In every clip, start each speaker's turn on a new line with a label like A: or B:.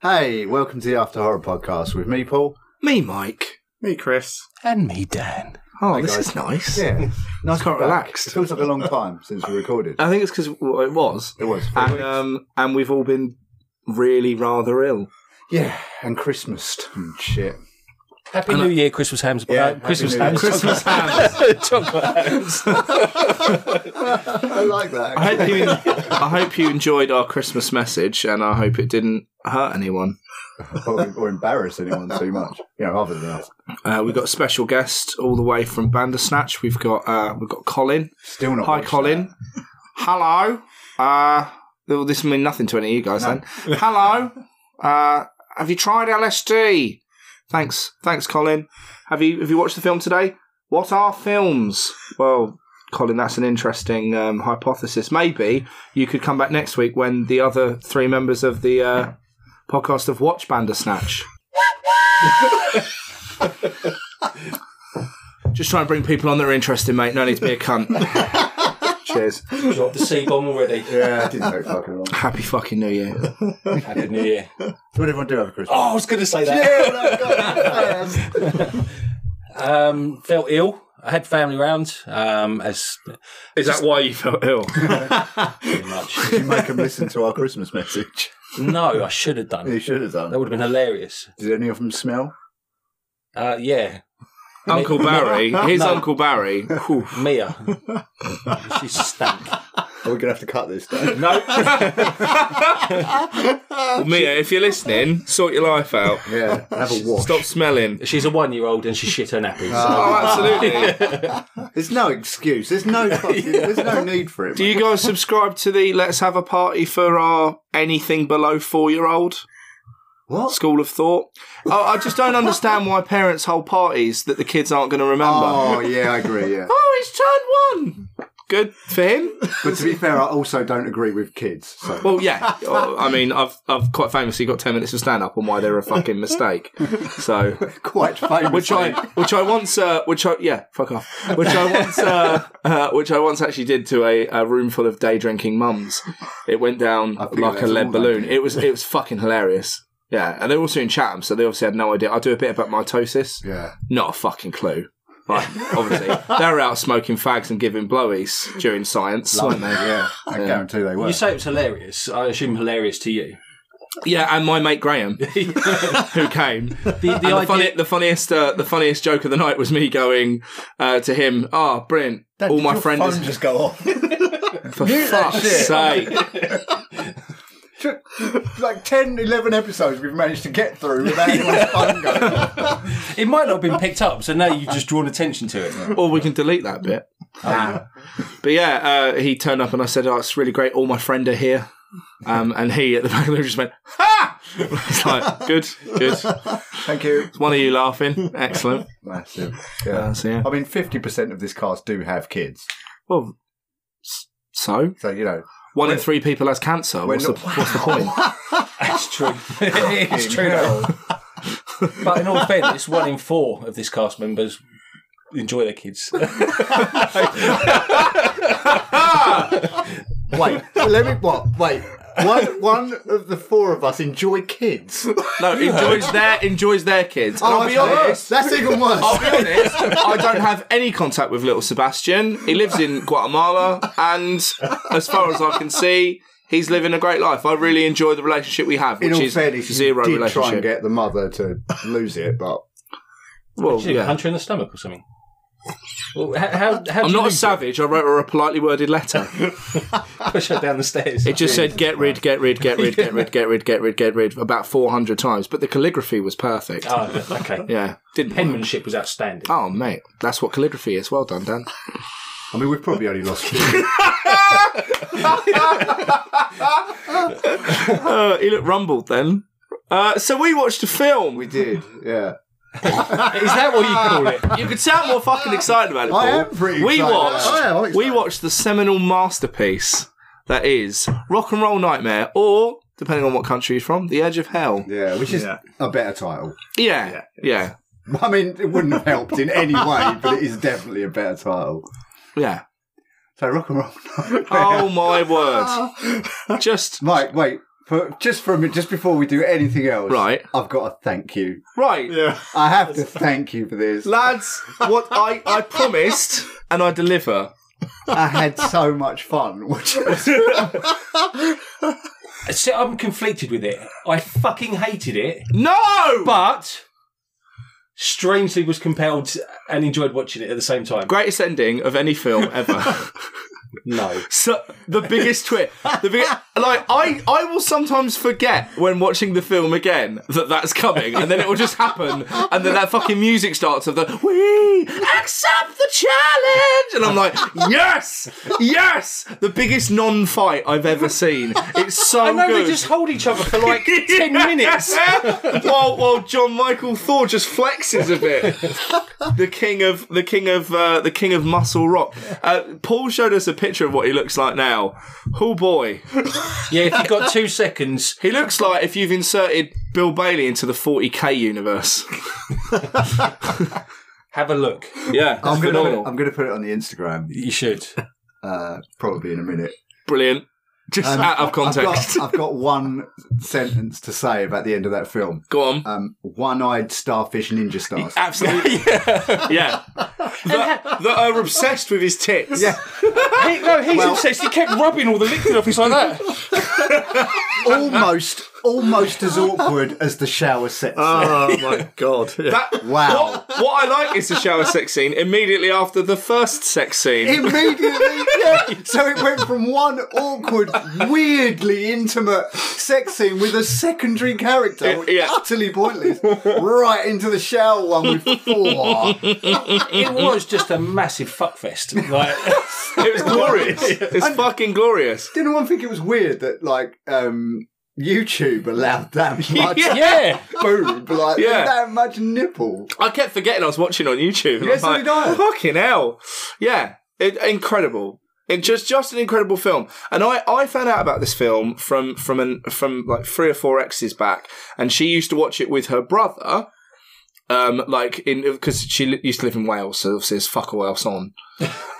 A: Hey, welcome to the After Horror Podcast with me, Paul.
B: Me, Mike.
C: Me, Chris.
D: And me, Dan.
B: Oh,
A: Hey,
B: this
A: guys.
B: is nice.
A: Yeah, nice
B: quite
A: to be back.
B: relaxed.
A: It feels like a long time since we recorded.
B: I think it's because well, it was,
A: It was. four
B: and
A: weeks.
B: um, and we've all been really rather ill.
A: yeah, and Christmas and shit.
D: Happy New Year, Christmas hams.
A: Yeah,
D: Uh,
A: Happy
D: Christmas
A: New Year.
D: hams.
B: Christmas
D: Chocolate hams.
A: I like that.
B: I hope you, I hope you enjoyed our Christmas message, and I hope it didn't hurt anyone.
A: or, or embarrass anyone too much. You know, other than us.
B: Uh, we've got a special guest all the way from Bandersnatch. We've got uh, we've got Colin.
A: Still not.
B: Hi,
A: watched
B: Colin. Hello. Uh, well, this will mean nothing to any of you guys then. Hello. Uh, have you tried LSD? Thanks, thanks, Colin. Have you have you watched the film today? What are films? Well, Colin, that's an interesting um, hypothesis. Maybe you could come back next week when the other three members of the uh, podcast have watched Bandersnatch. Just try and bring people on that are interested, mate. No need to be a cunt. Cheers.
D: Dropped the C bomb already.
A: that. Yeah, I didn't take fucking long.
B: Happy fucking New Year.
D: Happy New Year.
A: What did everyone do over Christmas?
D: Oh, I was going to say that.
A: Yeah, well, I've got it.
D: Um, felt ill. I had family round, um, as
B: Is that why you felt ill?
D: pretty much.
A: Did you make them listen to our Christmas message?
D: no, I should have done.
A: You should have
D: That
A: done.
D: would have been hilarious.
A: Did any of them smell?
D: Uh, yeah,
B: Uncle Barry, his
D: No.
B: Uncle Barry. Whew.
D: Mia. she stank.
A: Are we gonna have to cut this down?
D: No,
B: Mia, if you're listening, sort your life out.
A: Yeah, have a wash.
B: Stop smelling.
D: she's a one-year-old and she shit her nappies.
B: Oh, absolutely.
A: There's no excuse. There's no fucking, There's no need for it.
B: Do you guys subscribe to the Let's Have a Party for our anything below four year old
A: What?
B: school of thought? Oh, I just don't understand why parents hold parties that the kids aren't going to remember. Oh.
A: Oh yeah, I agree. Yeah,
B: it's turned one. Good for him.
A: but to be fair, I also don't agree with kids. So
B: Well, yeah. Oh, I mean, I've I've quite famously got ten minutes of stand up on why they're a fucking mistake. So
A: quite famous.
B: which I which I once uh, which I yeah fuck off which I once uh, uh, which I once actually did to a, a room full of day drinking mums. It went down
A: figured
B: like a
A: that's
B: lead
A: all they
B: balloon.
A: do.
B: It was it was fucking hilarious. Yeah, and they're also in Chatham, so they obviously had no idea. I do a bit about mitosis.
A: yeah.
B: Not a fucking clue. Like, obviously, they were out smoking fags and giving blowies during science. weren't they?
A: Yeah, I guarantee they were.
D: You say it was hilarious. I assume hilarious to you.
B: Yeah, and my mate Graham, who came.
D: The, the
B: And the,
D: idea.
B: funny, the funniest, uh, the funniest joke of the night was me going uh, to him. Ah, brilliant! All my friends,
A: just go off.
B: for fuck's sake!
A: like 10, 11 episodes we've managed to get through without anyone's phone going. off.
D: It might not have been picked up, so now you've just drawn attention to it.
B: or we can delete that bit. Um, But yeah, uh, he turned up and I said, "Oh, it's really great. All my friend are here." Um, and he at the back of the room just went, "Ha!" It's like, good, good.
A: Thank you.
B: One of you laughing, excellent.
A: Massive. Yeah.
B: Uh, so yeah.
A: I mean, fifty percent of this cast do have kids,
B: Well, s- so
A: so you know.
B: one in three people has cancer.
A: we're
B: What's the,
A: not-
B: what's the point?
D: That's true. it's true. But in all fairness, one in four of this cast members enjoy their kids.
A: Wait, let me. What? Wait. One, one of the four of us enjoy kids.
B: No, enjoys their enjoys their kids. And I'll be
A: Oh,
B: Oh,
A: okay.
B: honest.
A: That's even worse.
B: I'll be honest, I don't have any contact with little Sebastian. He lives in Guatemala, and as far as I can see, he's living a great life. I really enjoy the relationship we have, which
A: in all
B: is
A: fairness,
B: zero
A: you did
B: relationship.
A: try and get the mother to lose it, but
B: well,
D: Did you
B: yeah.
D: punch her in the stomach or something? Well, how, how, how
B: I'm
D: do
B: not
D: you
B: a
D: lose it?
B: savage. I wrote her a politely worded letter.
D: push her down the stairs.
B: It just said, "Get rid, get rid, get rid, get rid, get rid, get rid, get rid," about 400 times. But the calligraphy was perfect.
D: Oh, okay.
B: Yeah, didn't.
D: Penmanship was outstanding.
B: Oh mate, that's what calligraphy is. Well done, Dan.
A: I mean, we've probably only lost two.
B: Uh, he looked rumbled then. Uh, so we watched a film.
A: we did, yeah.
D: Is that what you call it?
B: You could sound more fucking excited about it. Paul.
A: I am pretty
B: We
A: excited.
B: watched.
A: I am, I'm excited.
B: we watched the seminal masterpiece that is Rock and Roll Nightmare, or depending on what country you're from, The Edge of Hell.
A: Yeah, which is
C: Yeah.
A: a better title.
B: Yeah, yeah. yeah.
A: I mean, it wouldn't have helped in any way, but it is definitely a better title. So rock and roll.
B: Oh my Oh word! Just
A: Mike, wait. for just for a minute, just before we do anything else,
B: Right.
A: I've got to thank you.
B: Right.
E: Yeah.
A: I have to thank you for this.
B: Lads, what I, I promised and I deliver.
A: I had so much fun. watching this.
D: So I'm conflicted with it. I fucking hated it,
B: No!
D: but strangely was compelled and enjoyed watching it at the same time.
B: Greatest ending of any film ever.
D: No.
B: so, the biggest twist. The big, like I, I will sometimes forget when watching the film again that that's coming, and then it will just happen, and then that fucking music starts of the "We accept the challenge," and I'm like, "Yes, yes!" The biggest non-fight I've ever seen. It's so
D: I know
B: good.
D: they just hold each other for like 10 minutes.
B: while while John Michael Thor just flexes a bit. the king of the king of uh, the king of muscle rock. Uh, Paul showed us a picture of what he looks like now. Oh boy,
D: Yeah, if you've got two seconds,
B: he looks like if you've inserted Bill Bailey into the 40k universe.
D: have a look.
B: Yeah,
A: I'm going
B: phenomenal,
A: to I'm going to put it on the Instagram
D: You should.
A: uh, probably in a minute.
B: brilliant. Just
A: Um,
B: out of
A: I've got-
B: context.
A: I've got, one sentence to say about the end of that film.
B: Go on.
A: Um, one-eyed starfish ninja stars.
B: Absolutely. yeah. That, that are obsessed with his tits.
A: Yeah.
D: He, no, he's obsessed. He kept rubbing all the liquid off his like that.
A: almost, almost as awkward as the shower set.
E: Oh my god. Yeah.
B: That-
A: Wow.
B: What, what I like is the shower sex scene immediately after the first sex scene.
A: Immediately, yeah. So it went from one awkward, weirdly intimate sex scene with a secondary character, which
B: Yeah.
A: utterly pointless, right into the shower one with four.
D: It was just a massive fuckfest. Like,
B: It was glorious. It's fucking glorious.
A: Did anyone think it was weird that like um YouTube allowed that much
D: yeah.
A: boob, like
B: Yeah.
A: that much nipple?
B: I kept forgetting I was watching on YouTube.
A: Yes, so
B: I'm
A: did I.
B: Fucking hell. Yeah, it, incredible. It just just an incredible film. And I, I found out about this film from from an, from like three or four exes back, and she used to watch it with her brother. Um, like in because she li- used to live in Wales, so obviously there's fuck all else on.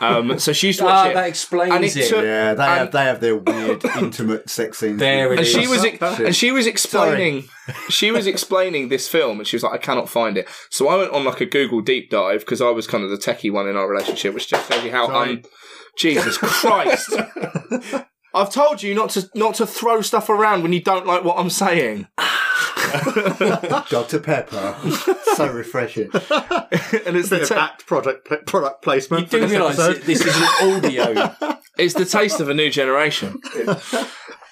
B: Um, so she used to watch
D: Ah,
B: it.
D: that explains
B: And it
D: it.
B: took-
A: Yeah, they
B: have-
A: have they have their weird intimate sex scenes.
D: There it
B: and
D: is.
B: she was
A: That's it.
B: and she was explaining she was explaining this film and she was like i cannot find it so i went on like a google deep dive because i was kind of the techie one in our relationship which just tells you how um, jesus christ i've told you not to not to throw stuff around when you don't like what i'm saying
A: Dr Pepper, so refreshing.
B: and it's the
E: Bit of
B: ta-
E: act product pla- product placement.
D: you do
E: for this
D: realise
E: episode.
D: that this is an audio.
B: it's the taste of a new generation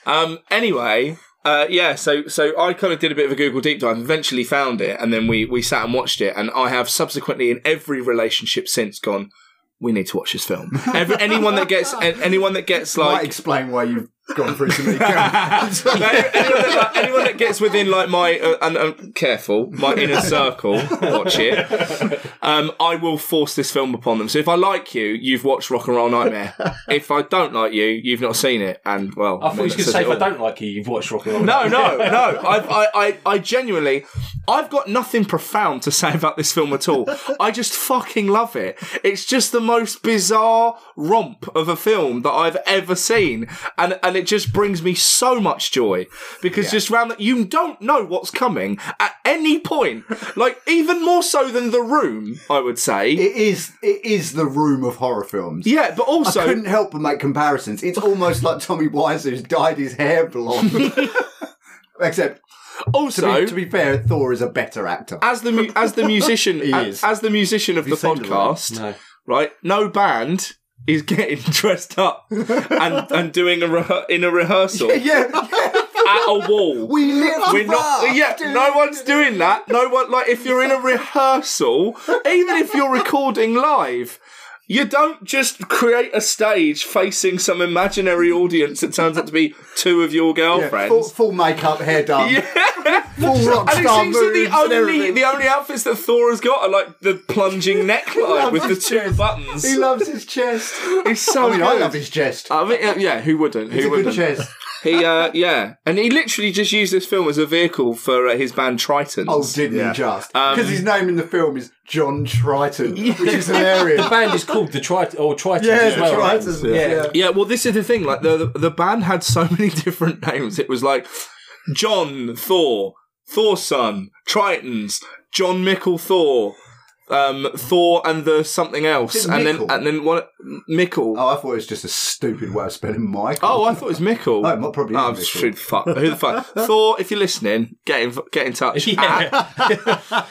B: um anyway uh, yeah, so so I kind of did a bit of a Google deep dive, eventually found it, and then we we sat and watched it. And I have subsequently, in every relationship since, gone, we need to watch this film. Every, anyone that gets a- anyone that gets
A: Might
B: like
A: explain why you've gone through so many characters.
B: anyone, that, like, anyone that gets within like my uh, and um, careful my inner circle watch it. Um, I will force this film upon them. So if I like you, you've watched Rock and Roll Nightmare. If I don't like you, you've not seen it. And well,
D: I thought
B: mean,
D: you
B: that says
D: was going to say,
B: it
D: if I
B: all.
D: don't like you, you've watched Rock and Roll.
B: No, no, no. I, I, I, I genuinely, I've got nothing profound to say about this film at all. I just fucking love it. It's just the most bizarre romp of a film that I've ever seen, and and it just brings me so much joy because just round that you don't know what's coming at any point. Like even more so than the room, I would say.
A: It is it is the room of horror films.
B: Yeah, but also
A: I couldn't help but make comparisons. It's almost like Tommy Wiseau who's dyed his hair blonde. Except, to,
B: also.
A: be, to be fair, Thor is a better actor.
B: as the mu- as the musician as,
A: is.
B: as the musician of the
A: seen the
B: podcast,
D: No.
B: right? No band is getting dressed up and, and doing a rehe in a rehearsal
A: yeah, yeah,
B: at a wall.
A: we live
B: We're not. Yeah, no one's doing that. No one. Like, if you're in a rehearsal, even if you're recording live. You don't just create a stage facing some imaginary audience that turns out to be two of your girlfriends.
A: Full, full makeup, hair done. Full rock
B: And it
A: star
B: seems
A: moves
B: that the
A: and
B: only
A: everything.
B: the only outfits that Thor has got are like the plunging neckline with the two buttons.
A: He loves his chest.
B: It's so
A: I mean,
B: good.
A: I love his chest.
B: I mean, uh, yeah, who wouldn't?
A: It's
B: who
A: a good
B: wouldn't?
A: chest.
B: He, uh, yeah, and he literally just used this film as a vehicle for uh, his band Tritons.
A: Oh, didn't
F: Yeah.
A: he just?
B: Um,
A: Because his name in the film is John Triton, which is
D: The
A: hilarious.
D: band is called the Trit or Tritons
A: yeah,
D: as well. right?
A: Tritons.
D: Yeah.
A: yeah.
B: Yeah, well, this is the thing. Like the the band had so many different names. It was like John Thor, Thor's son, Tritons, John Mickle Thor, um, Thor and the something else,
A: Is it
B: and
A: Mickle?
B: then and then what Mickle.
A: Oh, I thought it was just a stupid way of spelling Michael.
B: Oh, I thought it was Mickle.
A: Oh, it probably is
B: Oh,
A: Mickle.
B: shoot, fuck. Who the fuck? Thor, if you're listening, get in, get in touch.
D: Yeah.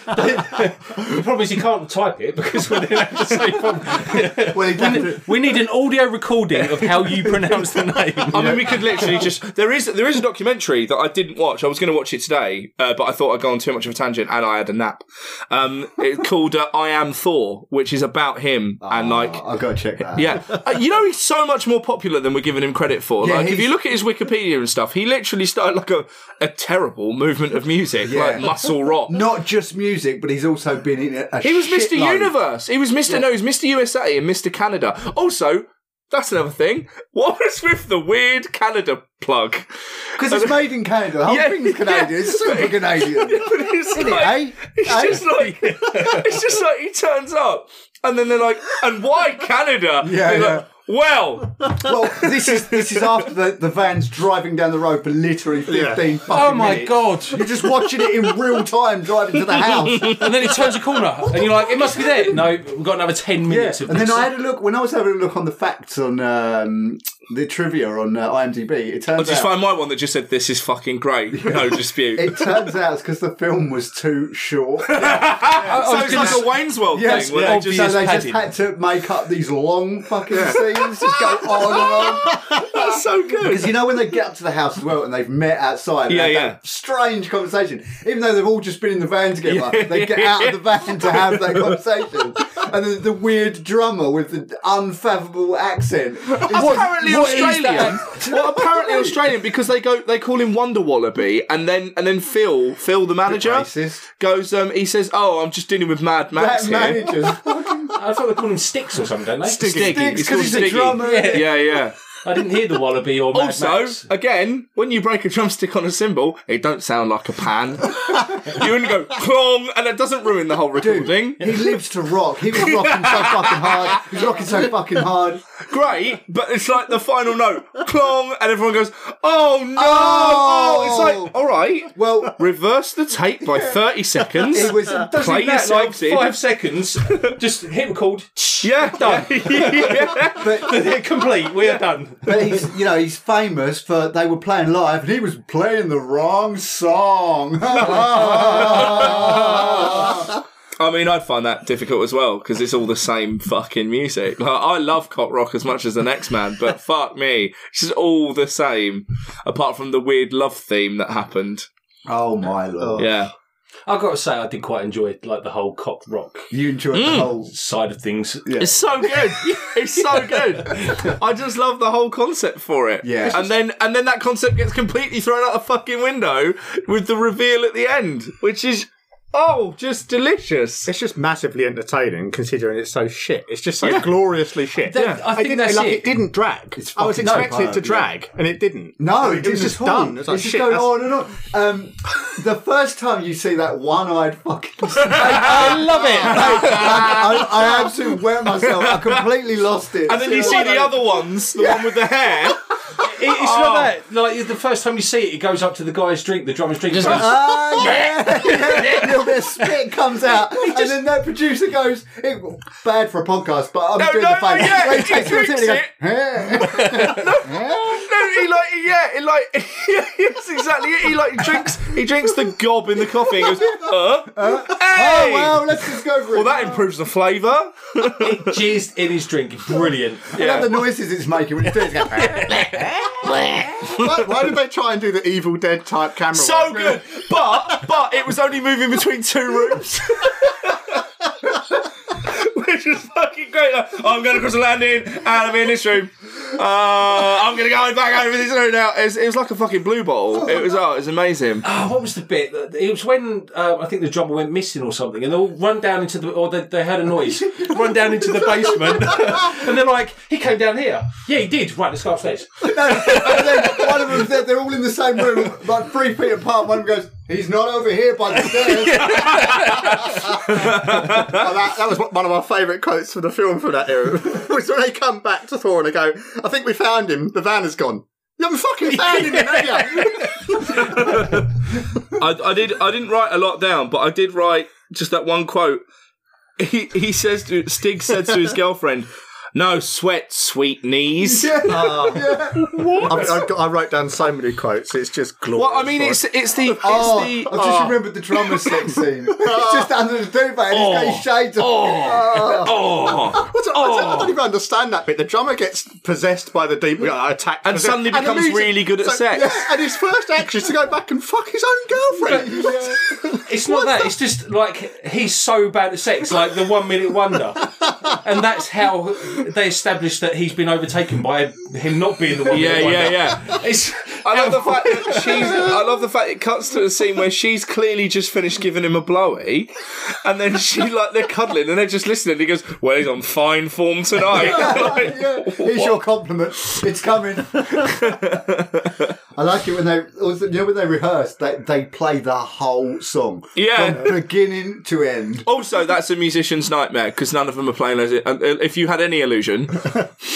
D: the problem is you can't type it because we don't have the same problem.
A: well, he did.
D: we need an audio recording of how you pronounce the
B: I
D: name.
B: mean, we could literally just. There is there is a documentary that I didn't watch. I was going to watch it today, uh, but I thought I'd gone on too much of a tangent, and I had a nap. Um, it's called uh, "I Am Thor," which is about him and like.
A: I've got to check that.
B: Yeah, uh, you know he's so much more popular than we're giving him credit for. like, if
A: he's-
B: you look at his Wikipedia and stuff, he literally started like a, a terrible movement of music, like muscle rock.
A: Not just music, but he's also been in a. a
B: He was Mr.
A: shitload.
B: Universe. He was Mr. No, he was Mr. USA and Mr. Canada. Also, that's another thing. What was with the weird Canada plug?
A: Because it's made in Canada. The whole
B: Yeah,
A: thing's Canadian.
B: yeah.
A: It's super Canadian.
B: But it's
A: eh?
B: like, it's
A: Eh?
B: just like it's just like he turns up and then they're like, and why Canada?
A: Yeah,
B: They're
A: yeah.
B: like, well,
A: well, this is this is after the, the van's driving down the road for literally fifteen fucking
D: Oh my
A: minutes.
D: god!
A: You're just watching it in real time driving to the house.
D: And then it turns a corner, and you're like, "It must be there." No, we've got another ten minutes of
A: And
D: this.
A: then I had a look when I was having a look on the facts on um, the trivia on uh, IMDb. It turns
B: I'll just
A: out
B: find my one that just said this is fucking great. No dispute.
A: it turns out it's because the film was too short.
B: so it's like a Wayne's World
A: Yes,
B: thing. where they
D: yeah,
B: just-
A: so they
D: padding.
A: just had to make up these long fucking scenes, just go on and on.
B: That's so good.
A: Because you know when they get up to the house as well and they've met outside, and
B: Yeah,
A: had
B: yeah.
A: that strange conversation. Even though they've all just been in the van together, they get out of the van to have that conversation. And the, the weird drummer with the unfathomable accent. is
B: apparently
A: what is
B: Australian.
A: that?
B: well, apparently Australian because they go they call him Wonder Wallaby, and then and then Phil Phil the manager
A: Racist.
B: goes um he says oh I'm just dealing with Mad Max
A: That
B: here.
A: manager's
D: I thought they call him Sticks or something, don't they?
B: Stiggy.
A: Sticks,
B: It's
A: 'cause
B: called
A: he's a
B: Stiggy.
A: drummer.
B: Yeah, yeah.
D: I didn't hear the Wallaby or Mad
B: Also,
D: Max.
B: again, when you break a drumstick on a cymbal, it don't sound like a pan. you wouldn't go clong, and it doesn't ruin the whole recording.
A: He lives to rock. He was rocking so fucking hard. He was rocking so fucking hard.
B: Great, but it's like the final note, clong, and everyone goes, "Oh no!"
A: Oh!
B: Oh, it's like, all right,
A: Well,
B: reverse the tape by thirty seconds.
A: it was. Doesn't
B: Play
A: that-
D: That's like
B: yourselves in.
D: five seconds. Just hit record.
B: Yeah, done. yeah.
D: Complete. We are done.
A: But he's, you know, he's famous for they were playing live and he was playing the wrong song. Oh,
B: I mean, I'd find that difficult as well because it's all the same fucking music. Like, I love cock rock as much as the next man, but fuck me, it's just all the same, apart from the weird love theme that happened.
A: oh my lord!
B: Yeah,
D: I've got to say, I did quite enjoy like the whole cock rock
A: You enjoyed
B: Mm.
A: the whole.
D: side of things.
B: it's so good. It's so good. I just love the whole concept for it.
A: Yeah.
B: and then and then that concept gets completely thrown out the fucking window with the reveal at the end, which is oh, just delicious.
G: It's just massively entertaining considering it's so shit. It's just so gloriously shit.
D: That- I think
G: didn't,
D: that's
G: like,
D: it.
G: didn't drag. I was
A: fucking- no,
G: expecting it to
A: yeah.
G: drag, and it didn't.
A: No,
G: it, was just done. It was like,
A: it's just
G: shit,
A: going
G: that's-
A: on and on. Um, the first time you see that one-eyed fucking,
D: I love it.
A: I, I, I absolutely wet myself. I completely lost it.
B: And then you see the other ones, the one with the hair.
D: It's not that. Like the first time you see it, it goes up to the guy's drink, the drummer's drink. goes,
A: Ah, yeah, yeah. a little bit of spit comes out, and then that producer goes, it, "Bad for a podcast, but I'm
B: No,
A: doing
B: no,
A: the face."
B: no, yeah,
A: He
B: he
A: takes
B: drinks
A: and he goes, "Eh."
B: No, he like yeah, he like yeah, that's exactly it. He like drinks he drinks the gob in the coffee and goes, uh, hey!
A: Oh well, let's just go for it.
B: well that improves the flavour.
D: it jizzed in his drink. Brilliant.
A: I love the noises it's making when it's doing it.
G: why, why did they try and do the Evil Dead type camera?
B: So
G: work?
B: good. But but it was only moving between two rooms. Which is fucking great. Like, I'm going across the landing and I'm in this room. Uh, I'm going to go back over this room now. It was, it was like a fucking blue bottle. It was oh, it was amazing.
D: Oh, what was the bit? It was when uh, I think the drummer went missing or something, and they all run down into the, or they, they heard a noise, run down into the basement, and they're like, "He came down here." Yeah, he did. Right, let's go upstairs.
A: And then one of them, they're, they're all in the same room, like three feet apart. One goes, he's not over here by the stairs.
G: Oh, that, that was one of our favourite quotes from the film from that era. was when they come back to Thor and they go, I think we found him. The van is gone. You haven't fucking found him, have you?
B: I, I did. I didn't write a lot down, but I did write just that one quote. He he says to Stig says to his girlfriend, "No sweat, sweet knees." Ah.
G: I've, I've got, I wrote down so many quotes. It's just glorious.
H: Well, I mean, it's it's the it's
A: Oh,
H: the
A: I
B: Ah.
A: just remembered the drummer sex scene. He's just under the duvet and he's got his shades on.
B: oh,
G: What's- I, don't, I don't even understand that bit. The drummer gets possessed by the demon, uh, attacked,
B: And
G: possessed-
B: suddenly
G: the
B: becomes
G: music-
B: really good at
G: so-
B: sex.
G: yeah, and his first action is to go back and fuck his own girlfriend.
D: It's not that. It's just like he's so bad at sex, like the one minute wonder, and that's how they established that he's been overtaken by him not being the one.
B: yeah,
D: minute wonder.
B: yeah, yeah.
D: It's
B: I love the fact that she's. I love the fact it cuts to a scene where she's clearly just finished giving him a blowy, and then she like they're cuddling and they're just listening. He goes, "Well, he's on fine form tonight." Like,
A: Yeah. Here's your compliment. It's coming. I like it when they, also, you know, when they rehearse, they, they play the whole song.
B: Yeah. Oh,
A: From beginning to end.
B: Also, that's a musician's nightmare because none of them are playing. As it, and uh, if you had any illusion,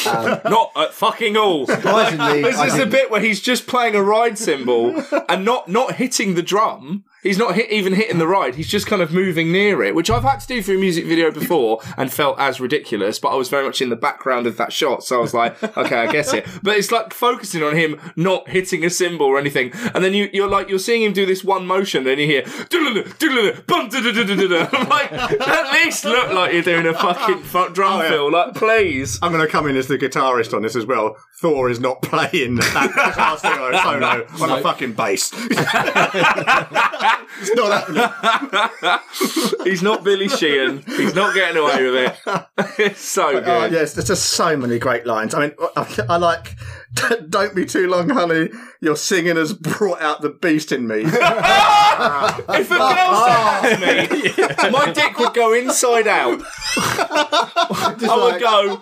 B: not at fucking all.
A: Surprisingly,
B: This
A: I
B: is the
A: didn't.
B: bit where he's just playing a ride cymbal and not not hitting the drum. He's not hit, even hitting the ride. He's just kind of moving near it, which I've had to do for a music video before and felt as ridiculous. But I was very much in the background of that shot, so I was like, okay, I get it. But it's like focusing on him not hitting a cymbal or anything, and then you, you're like you're seeing him do this one motion, and you hear "Doo-doo-doo, doo-doo-doo, bum, doo-doo-doo-doo-doo." I'm like at least look like you're doing a fucking fu- drum
G: Oh, yeah.
B: fill, like please.
G: I'm going to come in as the guitarist on this as well. Thor is not playing that guitar solo, solo on a fucking bass. it's not happening.
B: He's not Billy Sheehan. He's not getting away with it. It's so
G: Oh,
B: good.
G: yes, there's just so many great lines. I mean, I, I like, don't be too long, honey. Your singing has brought out the beast in me.
B: If a girl said that to me, my dick would go inside out. I would go,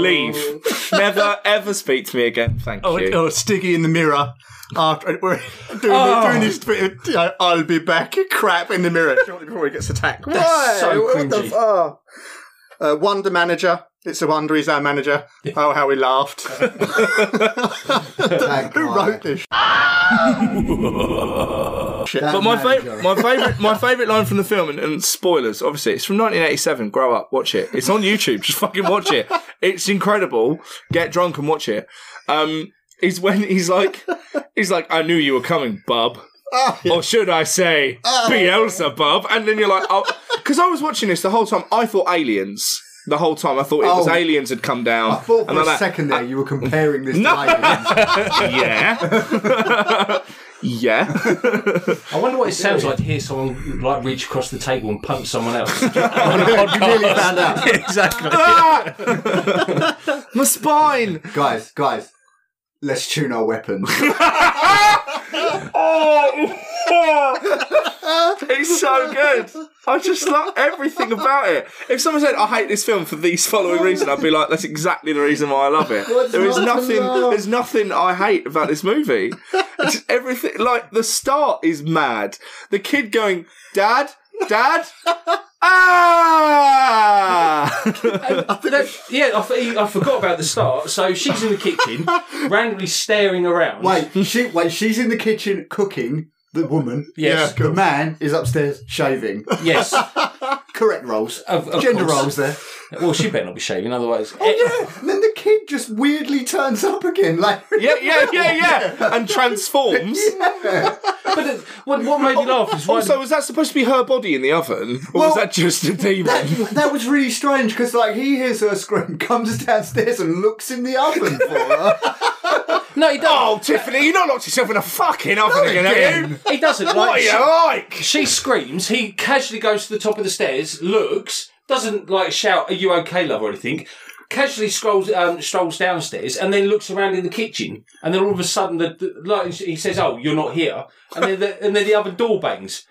B: leave. Never ever speak to me again. Thank
G: or,
B: you.
G: or Oh, Stiggy in the mirror after we're doing, doing this bit of, you know, I'll be back crap in the mirror shortly before he gets attacked. Why?
D: so
G: What the
D: cringy.
G: f- oh. uh, Wonder Manager. It's a wonder he's our manager. Oh, how we laughed.
A: That
G: Who
A: guy.
G: wrote this?
A: That
B: But my
A: manager.
B: favorite, my favorite, my favorite line from the film, and, and spoilers, obviously, it's from 1987. Grow up, watch it. It's on YouTube. Just fucking watch it. It's incredible. Get drunk and watch it. Um, is when he's like, he's like, I knew you were coming, bub.
A: Ah.
B: Or should I say, Beelzebub? And then you're like, oh, because I was watching this the whole time. I thought aliens. The whole time, I thought it was
A: Oh.
B: aliens had come down.
A: I thought
B: and
A: for
B: all
A: a
B: that.
A: second there you were comparing this
B: No.
A: to aliens.
B: yeah, yeah.
D: I wonder what it sounds like to hear someone like reach across the table and punch someone else.
A: You nearly found out.
D: exactly.
B: My spine.
A: Guys, guys, let's tune our weapons.
B: It's so good. I just love everything about it. If someone said I hate this film for these following reasons, I'd be like, that's exactly the reason why I love it.
A: What's
B: there is
A: not to
B: nothing.
A: love?
B: There's nothing I hate about this movie. It's just everything. Like the start is mad. The kid going, Dad, Dad. Ah!
D: yeah, I, f- I forgot about the start. So she's in the kitchen, randomly staring around.
A: Wait, she wait, she's in the kitchen cooking. The woman,
D: Yes.
A: The man is upstairs shaving.
D: Yes.
A: Correct roles,
D: Of- of
A: gender
D: course.
A: roles there.
D: Well, she better not be shaving, otherwise.
A: Yeah, and then the kid just weirdly turns up again. Like,
B: yeah, yeah, yeah, yeah. And transforms.
D: But it- what, what made me laugh is why
B: Also, was that supposed to be her body in the oven, or was
A: Well,
B: that just a demon?
A: that, that was really strange because, like, he hears her scream, comes downstairs and looks in the oven for her.
D: No, he
B: Oh,
D: doesn't.
B: Tiffany, you not locked yourself in a fucking oven again, have
A: oh,
B: you?
D: He doesn't. Like,
B: What are
D: she-
B: you like?
D: She screams. He casually goes to the top of the stairs, looks, doesn't like shout, "Are you okay, love?" or anything. Casually scrolls, um, strolls downstairs, and then looks around in the kitchen. And then all of a sudden, the, the like, he says, "Oh, you're not here." And then the, and then the other door bangs.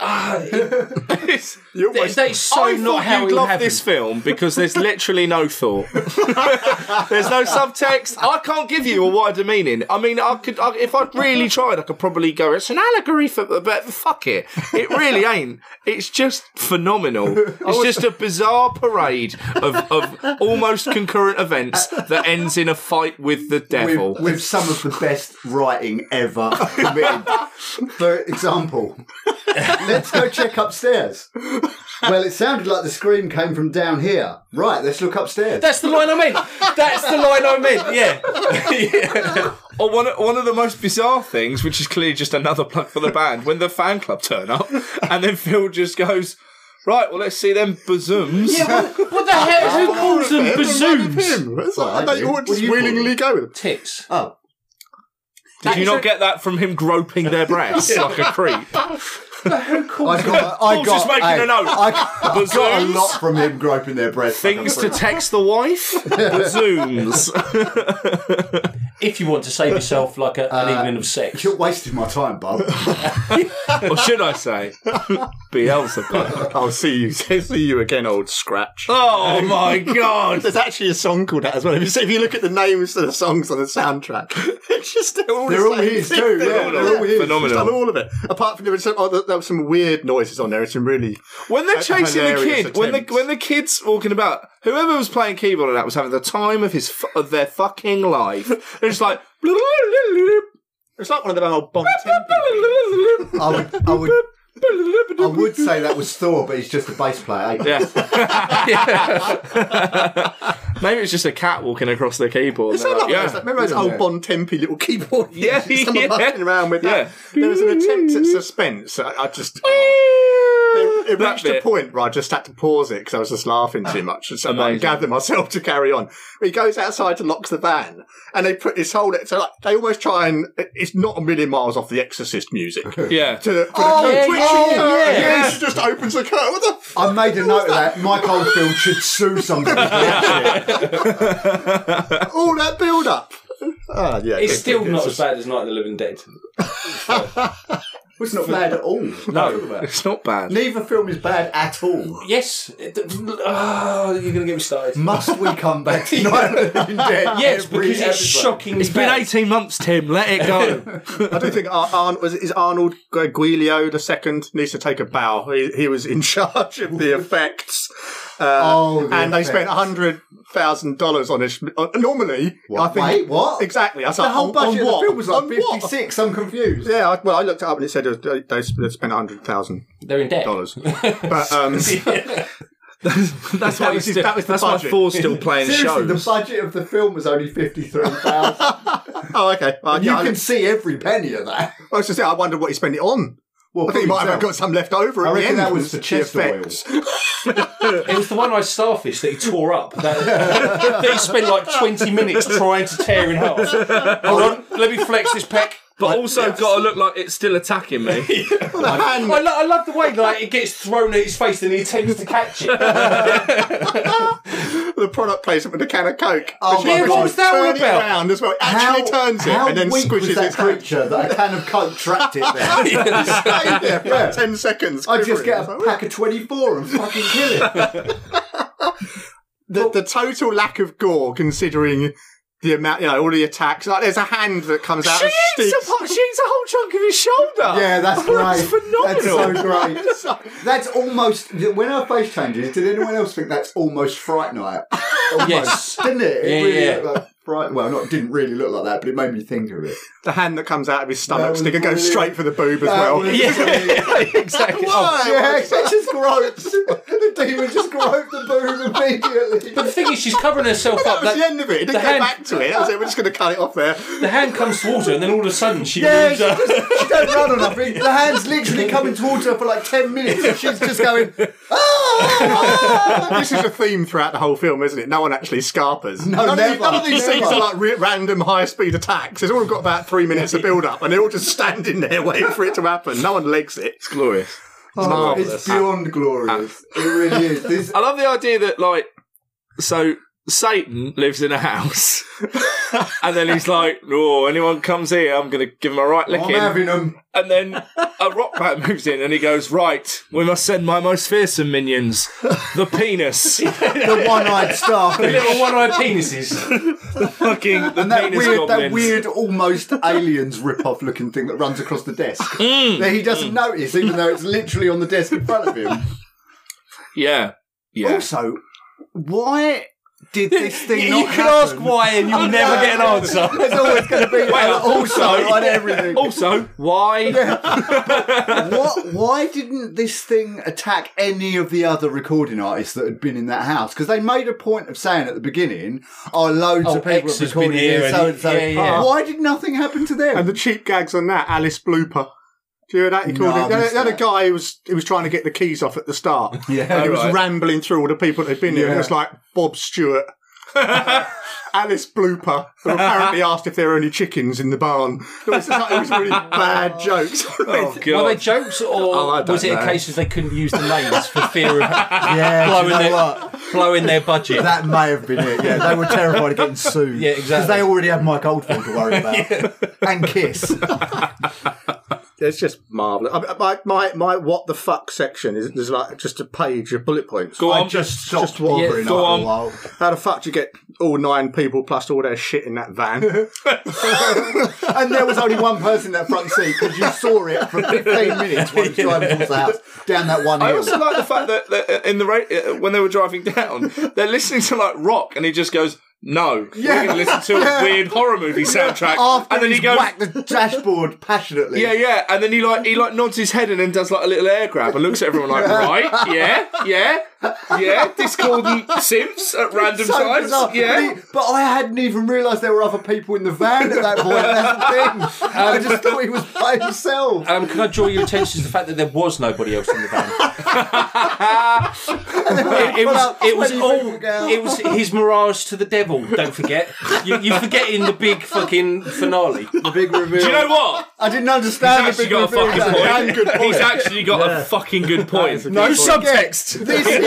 D: ah, it-
B: It's-
D: they- they're so
B: I
D: not
B: thought
D: how
B: you'd
D: it
B: love
D: happened.
B: this film because there's literally no thought. there's no subtext. I can't give you a wider meaning. I mean, I could I, if I really tried, I could probably go. It's an allegory for, but fuck it, it really ain't. It's just phenomenal. It's just a bizarre parade of, of almost concurrent events that ends in a fight with the devil.
A: with, with some of the best writing ever committed. For example, let's go check upstairs. Well, it sounded like the scream came from down here. Right, let's look upstairs.
D: That's the line I meant. That's the line I meant. Yeah. yeah.
B: Or one of, one of the most bizarre things, which is clearly just another plug for the band, when the fan club turn up, and then Phil just goes, "Right, well, let's see them bazooms."
D: What the hell? Who calls them bazooms?
G: Him. It's
A: Well,
G: like, I
A: I
G: thought
A: do.
G: you would
A: What
G: just
A: do you
G: willingly go with him.
D: Tits.
A: oh,
B: Did you not get that from him groping their breasts like a creep?
A: I got, I
B: Paul's
A: got,
B: just making
A: hey,
B: a note.
A: I got, I got a
B: Bazooms.
A: lot from him groping their breasts.
B: Things to text the wife, bazooms.
D: If you want to save yourself like a,
B: Uh,
D: an evening of sex.
A: You're wasting my time, Bob.
B: or should I say, Beelzebub?
G: I'll see you. See you again, old scratch.
B: Oh my god!
G: There's actually a song called that as well. If you, see- if you look at the names of the songs on the soundtrack, it's just they're all,
A: They're
G: the
A: all
G: same
A: his
G: thing.
A: too. Yeah, they're all his.
G: Just on
B: Phenomenal.
G: all of it. Apart from there was some, oh, there there was some weird noises on there. It's some really
B: When they're chasing the
G: hilarious
B: kid, when the
G: attempts.
B: when the kid's walking about, whoever was playing keyboard on that was having the time of his fu- of their fucking life. They're just like,
G: It's like one of them old Bon Tempi.
A: I would, I would, I would say that was Thor, but he's just a bass player. eh?
B: Maybe it's just a cat walking across the keyboard. They're like,
G: yeah. Remember those old Bon Tempi little keyboard?
B: Yeah,
G: things? someone
B: yeah.
G: mucking around with that. There was an attempt at suspense. I, I just oh. it, it
B: That
G: reached a
B: bit.
G: point where I just had to pause it because I was just laughing too much, and so I
B: Amazing.
G: gathered myself to carry on. But he goes outside to lock the van, and they put this whole. So like, they almost try and it- it's not a million miles off the Exorcist music.
B: yeah. yeah.
G: To the, for
A: Oh,
G: the
A: yeah,
G: twitching
A: yeah,
G: curtain,
A: yeah.
G: and she just opens the curtain. What the? F-
A: I made a note of that. Mike Oldfield should sue somebody.
G: all that build up. Ah, yeah.
D: It's
G: good,
D: still
G: good,
D: not
G: good.
D: as bad as Night of the Living Dead.
A: It's not bad at all.
D: No.
B: It's not bad.
A: Neither film is bad at all.
D: Yes. It- Oh, you're going to get me started.
A: Must we come back to Night of the Living Dead?
D: Yes,
A: every
D: because it's
A: episode?
D: shocking.
B: It's been 18 months, Tim. Let it go.
G: I do think Ar- Arn- was is Arnold Guilio the second needs to take a bow. He, he was in charge of the effects, uh,
A: Oh, the
G: and they spent
A: effects.
G: hundred thousand dollars on it. Uh, normally, I think
A: Wait, what?
G: exactly? I was
A: The
G: like,
A: whole
G: on-
A: budget
G: on
A: of
G: what?
A: the film was like
G: On what?
A: 56. I'm confused.
G: Yeah, I, well, I looked it up and it said it was- they sp- they spent hundred thousand
D: They're in debt.
G: dollars, but um,
B: That's why he's
G: was his-
B: still-
G: that was the
B: that's why
G: budget.
B: Thor's still playing
A: Seriously,
B: shows.
A: the budget of the film was only 53,000.
G: oh okay. Uh,
A: you
G: yeah, I,
A: can see every penny of that.
G: I was just saying, I wonder what he spent it on.
A: Well,
G: I think he might have
A: himself.
G: got some left over.
A: I
G: at the
A: reckon
G: end
A: that was
G: the
A: for chest oil.
G: effects.
D: It was the one eyed starfish that he tore up. That, that he spent like 20 minutes trying to tear in half. Hold on, let me flex this peck.
B: But also got to look like it's still attacking me.
D: I, lo- I love the way like it gets thrown at his face and he attempts to catch it. yeah,
G: the product placement with a can of Coke. Oh,
A: my God.
D: what was that all about?
G: around as well. It actually turns it
A: how
G: and then
A: weak was
G: squishes
A: that
G: its hand.
A: creature that a can of Coke trapped it there?
G: Stayed there for
A: Yeah.
G: about 10 seconds.
A: I just get a
G: quivering.
A: pack of 24 and fucking kill it.
G: the, the total lack of gore considering the amount, you know, all the attacks. Like there's a hand that comes out and sticks.
B: whole chunk of his shoulder.
A: Yeah, that's great.
B: That's
A: That's
B: phenomenal.
A: so great. That's almost when her face changes. Did anyone else think that's almost Fright Night? Almost,
D: Yes.
A: didn't it? It
D: Yeah,
A: really
D: yeah.
A: looked like Fright. Well, not didn't really look like that, but it made me think of it.
G: The hand that comes out of his
A: That
G: stomach
A: was
G: stick and goes
A: brilliant.
G: straight for the boob as
A: That
G: well.
A: was
B: exactly. Oh,
A: Yeah, it just gropes. The demon just groped the boob immediately.
D: But the thing is, she's covering herself up.
G: That was
D: That,
G: the end of it. It didn't
D: the
G: go
D: hand-
G: back to it. That was it. We're just going to cut it off there.
D: the hand comes towards her, and then all of a sudden she moves up.
A: she don't run or nothing. The hand's literally coming towards her for like ten minutes, and she's just going. "Oh,
G: this is a theme throughout the whole film, isn't it? No one actually scarpers.
A: No,
G: none, Of
A: never.
G: these, none of these
A: Never.
G: scenes are like re- random high-speed attacks. It's all got about three minutes of build-up, and they're all just standing there waiting for it to happen. No one legs it.
B: it's glorious.
A: Oh, it's beyond glorious. It really is. This,
B: I love the idea that like so Satan lives in a house, and then he's like, "Oh, anyone comes here, I'm going to give him a right
A: I'm
B: licking."
A: having um, them.
B: And then a rock band moves in, and he goes, "Right, we must send my most fearsome minions, the penis,
A: The one-eyed starfish.
D: Little one-eyed penises.
B: fucking the
A: And that
B: penis
A: weird,
B: goblins."
A: that weird, almost aliens rip-off looking thing that runs across the desk that he doesn't notice, even though it's literally on the desk in front of him.
B: Yeah, yeah.
C: Also, why did this thing
D: You
C: not
D: can
C: happen?
D: ask why, and you'll never get an answer.
A: There's always going to be
B: Well,
A: an also on everything.
B: Also, why?
A: What? Why didn't this thing attack any of the other recording artists that had been in that house? Because they made a point of saying at the beginning, "Oh, loads
D: Oh,
A: of people
D: X
A: have
D: has
A: recorded
D: been here
A: here,
D: and-
A: so and so."
D: yeah, yeah.
A: Why did nothing happen to them?
C: And the cheap gags on that, Alice Blooper. Do you hear that? He called
A: No, I
C: it. They had,
A: missed
C: they had a
A: that.
C: guy who was he was trying to get the keys off at the start.
A: Yeah.
C: and he was
B: Alright.
C: rambling through all the people that had been there. And it
A: Yeah.
C: was like Bob Stewart, Alice Blooper, who apparently asked if there were any chickens in the barn. It was, like, it was really bad jokes.
B: Oh god!
D: Were they jokes, or
C: I don't
D: was it a
C: know.
D: case of they couldn't use the names for fear of
A: yeah, do
D: blowing,
A: you know
D: their,
A: what?
D: blowing their budget?
A: That may have been it. Yeah, they were terrified of getting sued.
D: Yeah, exactly.
A: Because they already had Mike Oldfield to worry about and Kiss.
G: It's just marvelous. I mean, my, my my what the fuck section is there's like just a page of bullet points.
B: Go
A: I
B: on.
A: just stopped
G: just one.
A: bothering
B: Go
A: after
B: on.
A: a while.
G: How the fuck do you get all nine people plus all their shit in that van?
A: And there was only one person in that front seat because you saw it for 15 minutes while you were driving towards the house down that one
B: I
A: hill.
B: also like the fact that, that in the ra- uh, when they were driving down, they're listening to like rock, and he just goes, "No, we're going to listen to a weird horror movie soundtrack."
A: After
B: and then
A: he's
B: he goes,
A: whacked the dashboard passionately.
B: "Yeah, yeah," and then he like he like nods his head and then does like a little air grab and looks at everyone like, "Right, yeah, yeah, yeah." Discordant simps at random
A: So
B: times,
A: bizarre.
B: yeah.
A: But, he- but I hadn't even realised there were other people in the van at that point. That's the thing. I just thought he was by himself.
D: Um, can I draw your attention to the fact that there was nobody else in the van? it, it was, it was all, it was his mirage to the devil. Don't forget, you, you're forgetting the big fucking finale.
A: The big reveal.
B: Do you know what?
A: I didn't understand
B: He's
A: the
B: actually
A: big
B: got a
A: reveal.
B: fucking
A: then.
B: point. He's actually got a fucking good point. No subtext.
A: This is-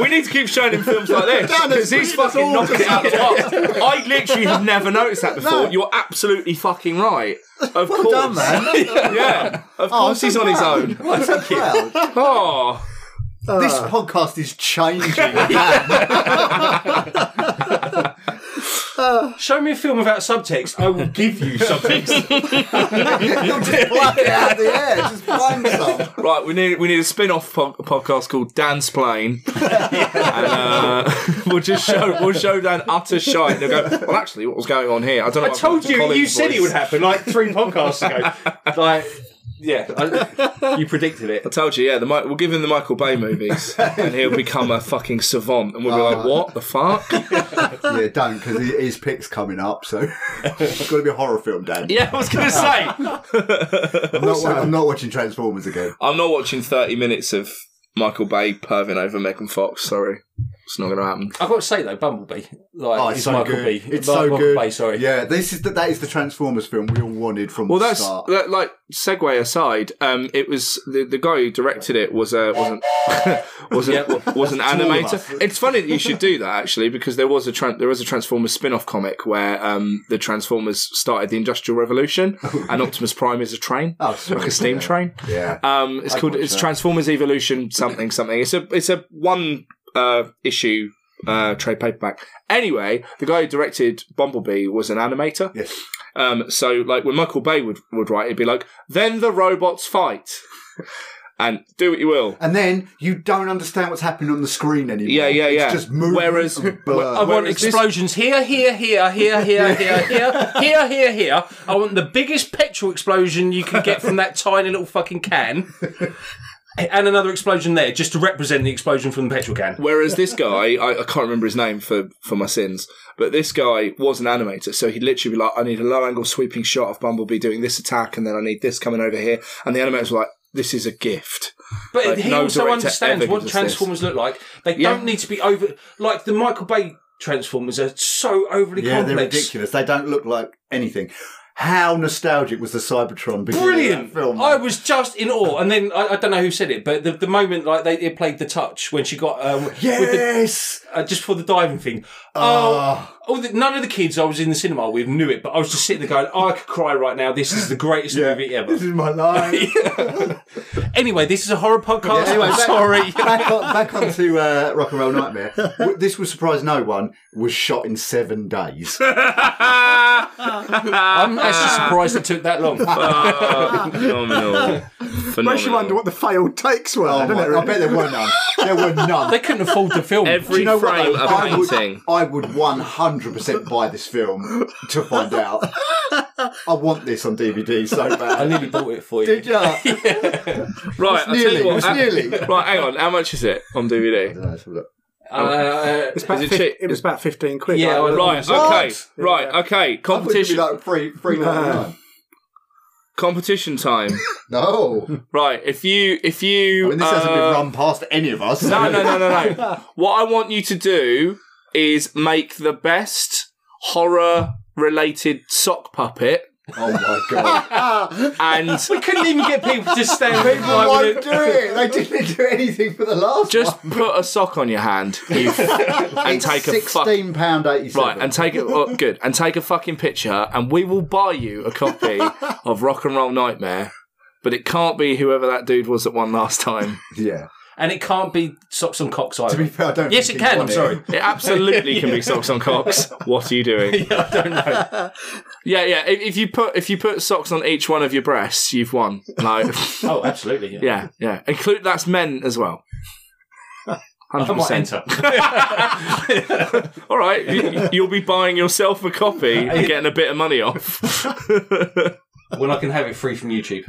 B: We need to keep showing him films like this because he's fucking knocking it out of the park. I literally have never noticed that before. You're absolutely fucking right. Of course,
A: done, man.
B: yeah. Of course, he's on his own.
A: Well,
B: Oh,
A: This podcast is changing.
D: Show me a film without subtext. I will give you subtext.
A: You'll just pluck it out of the air. Just find some.
B: right. We need we need a spin-off po- podcast called Dan's Plane, and uh, we'll just show we'll show Dan utter shite. They'll go. Well, actually, what was going on here? I don't know.
D: I told you, you said it would happen like three podcasts ago. Like, yeah, I, you predicted it.
B: I told you, yeah. The Mi- we'll give him the Michael Bay movies, and he'll become a fucking savant, and we'll be like, "What the fuck?"
A: Yeah, don't, because his pick's coming up, so it's got to be a horror film, Dan.
B: Yeah, I was going to say.
A: I'm, not, wa- I'm not watching Transformers again.
D: Oh,
B: I'm not watching 30 minutes of Michael Bay perving over Megan Fox. Sorry. It's not going to happen.
D: I've got to say though, Bumblebee. Like,
A: Oh, it's, so
D: Michael
A: good.
D: B.
A: It's
D: Mi-
A: so
D: Michael
A: good.
D: Bay, sorry.
A: Yeah, this is the, that is the Transformers film we all wanted from
B: Well,
A: the
B: that's
A: start.
B: that, like segue aside. Um, it was the, the guy who directed it was a wasn't wasn't was an
A: us.
B: animator. It's funny that you should do that actually because there was a tran there was a Transformers spin off comic where um, the Transformers started the Industrial Revolution and Optimus Prime is a train,
A: Oh, sweet.
B: like a steam train.
A: Yeah.
B: Um, it's called
A: watch
B: it's
A: that.
B: Transformers Evolution something something. It's a it's a one uh, issue uh, trade paperback. Anyway, the guy who directed Bumblebee was an animator.
A: Yes.
B: Um, so like when Michael Bay would would write, it'd be like, "Then the robots fight, and do what you will."
A: And then you don't understand what's happening on the screen anymore.
B: Yeah, yeah, yeah.
A: It's just moving.
B: Whereas-
D: I want
B: Whereas this-
D: explosions here, here, here, here, here, here, here, here, here, here. I want the biggest petrol explosion you can get from that tiny little fucking can. And another explosion there, just to represent the explosion from the petrol can.
B: Whereas this guy, I, I can't remember his name for, for my sins, but this guy was an animator. So he'd literally be like, I need a low angle sweeping shot of Bumblebee doing this attack, and then I need this coming over here. And the animators were like, this is a gift.
D: But
B: Like,
D: he
B: no
D: also
B: director
D: understands
B: ever
D: what
B: gives us
D: Transformers look like. They
B: Yeah.
D: don't need to be over. Like the Michael Bay Transformers are so overly
A: Yeah, they're
D: complex.
A: ridiculous. They don't look like anything. how nostalgic was the Cybertron beginning
D: Brilliant
A: of that film?
D: I was just in awe, and then I, I don't know who said it, but the, the moment like they, they played the touch when she got um, with the,
A: yes.
D: uh, just for the diving thing. Oh, all the, none of the kids I was in the cinema with knew it, but I was just sitting there going, oh, "I could cry right now. This is the greatest movie ever."
A: This is my life.
D: Anyway, this is a horror podcast.
A: anyway,
D: I'm
A: back-
D: sorry.
A: back on back onto uh, Rock and Roll Nightmare. W- This will surprise no one. Was shot in seven days.
D: I'm actually surprised it took that long.
B: Oh, Phenomenal.
C: Makes you wonder
B: Phenomenal.
C: what the failed takes were.
A: Oh
C: doesn't
A: my,
C: it, really?
A: I bet there were none. There were none.
D: they couldn't afford to film.
B: Every frame
A: though?
B: a
A: I would,
B: painting.
A: I would 100% buy this film to find out. I want this on DVD so
D: I
A: bad.
D: nearly bought it for you.
A: Did ya?
B: Right, I'll tell
A: nearly,
B: you what.
A: it's
B: uh,
A: nearly.
B: Right, hang on. How much is it on DVD?
D: Uh,
C: It's about
B: Is it
C: fif-
B: cheap?
C: it was about 15 quid.
D: Yeah,
C: right?
D: I-
B: Right, okay. Right, okay.
A: Competition.
B: Competition
A: like free, free no.
B: competition time.
A: no.
B: Right, if you if you
A: I mean, this hasn't
B: uh,
A: been run past any of us.
B: No, no, no, no, no. what I want you to do is make the best horror related sock puppet
A: Oh my god.
B: and
D: we couldn't even get people to stand. People
A: I won't do it. They didn't do anything for the last
B: just
A: one.
B: put a sock on your hand you f- and take a fuck
A: Sixteen pound eighty-seven.
B: right and take it oh, good and take a fucking picture and we will buy you a copy of Rock and Roll Nightmare but it can't be whoever that dude was that won last time
A: yeah.
D: And it can't be socks and cocks either.
A: To be fair, I don't.
D: yes,
A: think
D: it can.
A: you
D: I'm
A: want
D: sorry.
B: it absolutely can be socks on cocks what are you doing
D: I don't know.
B: Yeah, yeah. If, if you put if you put socks on each one of your breasts, you've won. Like,
D: Oh, absolutely. Yeah.
B: yeah, yeah. Include that's men as well.
D: I
B: Hundred
D: might
B: percent.
D: enter.
B: All right, you, you'll be buying yourself a copy and getting a bit of money off.
D: when I can have it free from YouTube.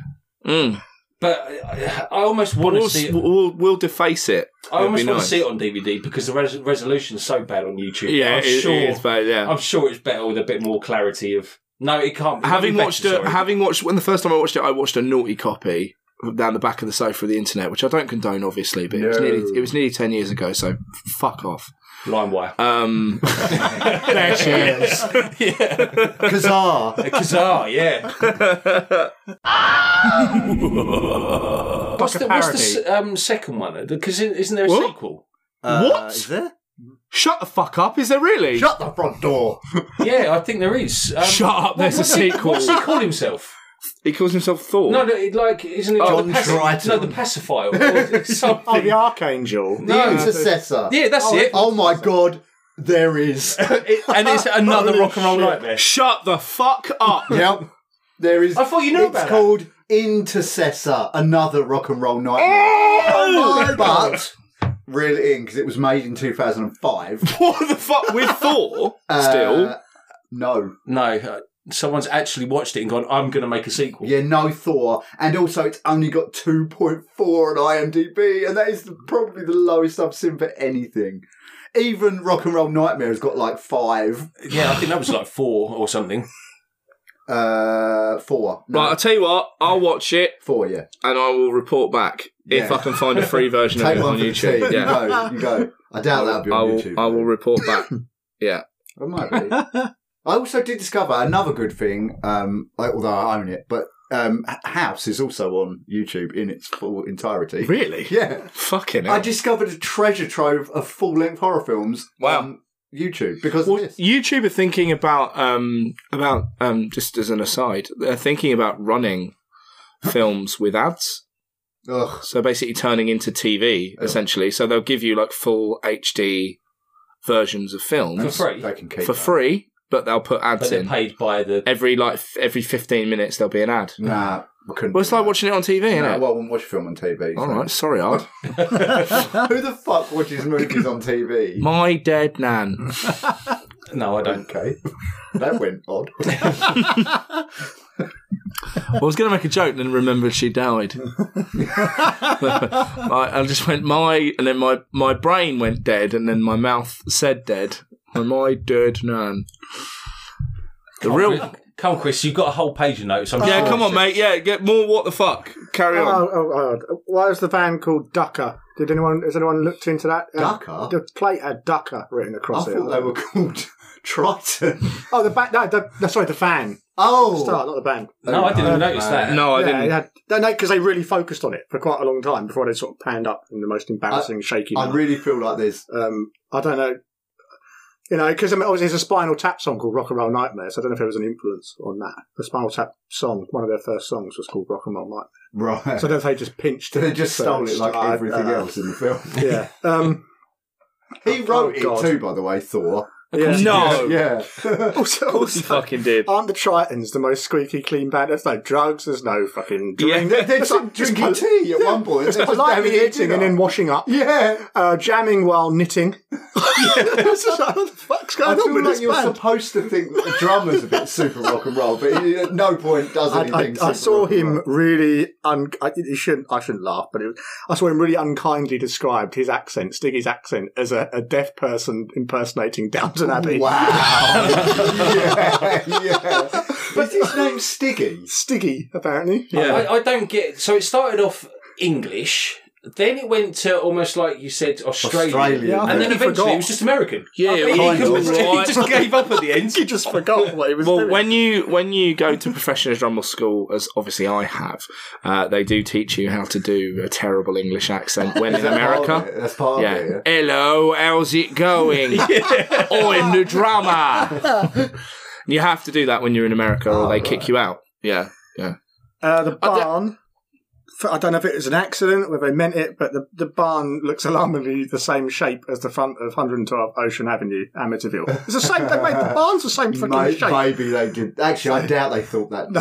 B: Mm.
D: But uh, I, I almost want
B: We'll,
D: to see. It.
B: we'll we'll deface it.
D: I
B: It'll be
D: almost want
B: nice.
D: to see it on DVD because the res- resolution's so bad on YouTube.
B: Yeah,
D: I'm
B: it, it
D: sure.
B: is bad. Yeah.
D: I'm sure it's better with a bit more clarity of. No, it can't. be.
B: having
D: Better,
B: watched uh, it,
D: sorry.
B: having watched when the first time I watched it, I watched a naughty copy down the back of the sofa of the internet, which I don't condone, obviously, but it was
A: No.
B: nearly it was nearly ten years ago. So f- fuck off.
D: Lime wire.
B: Um, there she is.
A: Kazar.
D: Kazar, yeah. what's the, what's the s- um, second one? Because isn't there a
B: What?
D: sequel?
B: What?
A: Uh, Is there?
B: Shut the fuck up! Is there really?
A: Shut the front door.
D: Yeah, I think there is. Um,
B: Shut up! There's a
D: what's he-
B: sequel.
D: What's he call himself?
B: He calls himself Thor.
D: No, no, it, like isn't it
A: Oh,
D: the paci-
A: Triton.
D: No, the pacifier. Or something.
C: Oh, the Archangel.
A: The intercessor.
D: Yeah, that's it.
A: Oh my god, there is.
D: It- and it's another rock and roll nightmare.
B: Shut the fuck up!
A: yep. There is.
D: I thought you knew
A: it's
D: about that.
A: called Intercessor, another rock and roll nightmare. Oh! But reel it in because it was made in 2005.
B: what the fuck with Thor?
A: Uh,
B: Still,
A: No.
D: No, uh, someone's actually watched it and gone, "I'm going to make a sequel."
A: Yeah, no Thor. And also, it's only got 2.4 on IMDb, and that is the, probably the lowest I've seen for anything. Even Rock and Roll Nightmare has got like five.
D: Yeah, I think that was like four or something.
A: Uh, four. No,
B: right? I'll tell you what. I'll watch it
A: four, yeah.
B: and I will report back if
A: Yeah.
B: I can find a free version of
A: Take
B: it
A: one
B: on
A: for the team.
B: YouTube. Yeah,
A: You go. You go. I doubt that'll be
B: I
A: on
B: will.
A: YouTube.
B: I will report back.
A: It might be. I also did discover another good thing, um, I- although I own it, but um, H- House is also on YouTube in its full entirety.
B: really?
A: Yeah.
B: Fucking
A: I
B: hell.
A: discovered a treasure trove of full length horror films
B: Wow.
A: on YouTube because
B: Well,
A: of this.
B: YouTube are thinking about um about um just as an aside, they're thinking about running films with ads.
A: Ugh.
B: So basically turning into TV
A: Oh.
B: essentially. So they'll give you like full HD versions of
D: For
B: films
D: free.
A: They can keep
B: for
A: that.
B: free, but they'll put
D: But
B: ads
D: they're
B: in.
D: paid by the.
B: Every like f- every 15 minutes there'll be an
D: Mm.
B: ad.
A: Nah, we couldn't.
B: Well, it's
A: do
B: like
A: that.
B: watching it on TV,
A: No,
B: isn't it?
A: well, I wouldn't watch a film on TV. so-
B: All right, sorry, Ard.
A: Who the fuck watches movies on TV?
B: My dead nan.
D: No, I don't.
A: okay. That went odd.
B: I was going to make a joke and then remembered she died. I, I just went my, and then my, my brain went dead, and then my mouth said dead. And my dead nan. The
D: Come on,
B: real.
D: Chris. Come on, Chris. You've got a whole page of notes. I'm
B: Yeah,
D: sure.
B: come on, mate. Yeah, get more. What the fuck? Carry on.
C: Oh, oh, oh. Why is the van called Ducker? Did anyone has anyone looked into that? Uh,
A: Ducker?
C: The plate had Ducker written
A: I
C: across it.
A: thought they were called Triton.
C: Oh, the back. No, the, no, sorry, the van.
A: Oh,
G: Start, not the band.
D: No, I didn't even notice that.
B: No, I
G: yeah,
B: didn't.
G: They had, no, because they really focused on it for quite a long time before they sort of panned up in the most embarrassing, shaky.
A: I
G: manner.
A: really feel like there's uh,
G: um, I don't know. You know, because I mean, obviously there's a Spinal Tap song called Rock and Roll Nightmare, so I don't know if there was an influence on that. The Spinal Tap song, one of their first songs, was called Rock and Roll Nightmare.
A: right.
G: So I don't know if they just pinched it.
A: They just stole it
G: first.
A: like
G: I-
A: everything
G: uh,
A: else in the film.
G: Yeah. Um,
A: He wrote
G: Oh,
A: it
G: God. Oh.
A: too, by the way, Thor.
G: yeah. Oh,
B: No.
A: Yeah.
G: Also,
B: He
G: also,
B: fucking did.
G: aren't the Tritons the most squeaky clean band? There's no drugs. There's no fucking drink.
B: Yeah.
A: They're just drinking tea at one point. They're
G: It's
A: just
G: politely
A: having a
G: eating
A: dinner.
G: and then washing up.
A: Yeah.
G: Uh, jamming while knitting. It's just like, what the fuck's
A: I
G: going on
A: feel
G: with
A: like
G: this
A: you're
G: band?
A: supposed to think that the drummer's a bit super rock and roll, but he at no point does
G: I,
A: anything.
G: I, I
A: super
G: saw
A: rock and
G: him
A: roll.
G: really. Un- I, you shouldn't. I shouldn't laugh, but it was, I saw him really unkindly described his accent, Stiggy's accent, as a, a deaf person impersonating Downton Abbey.
A: Wow. yeah, yeah. But his name's Stiggy.
G: Stiggy, apparently.
D: I, I- I don't get. So it started off English, then it went to almost like you said Australian,
A: Australian. Yeah, I
D: and
G: think
D: then
G: he
D: eventually
G: forgot.
D: it was just American.
B: Yeah,
D: I mean,
B: kind
D: he,
B: of,
D: completely- he
B: right.
D: just gave up at the end.
G: He just forgot what he was
B: Well,
G: doing.
B: when you when you go to professional drama school, as obviously I have, uh, they do teach you how to do a terrible English accent when in America.
A: That's part
B: Oh, Yeah.
A: of it. yeah.
B: Hello, how's it going? I'm the drummer. you have to do that when you're in America, or they kick you out. Yeah. Yeah.
G: uh, the
B: I don't-
G: barn. f- I don't know if it was an accident, whether they meant it, but the, the barn looks alarmingly the same shape as the front of 112 Ocean Avenue, Amityville. It's the same. They made the barns the same fucking
A: May-
G: shape.
A: Maybe they did. Actually, I doubt they thought that. to be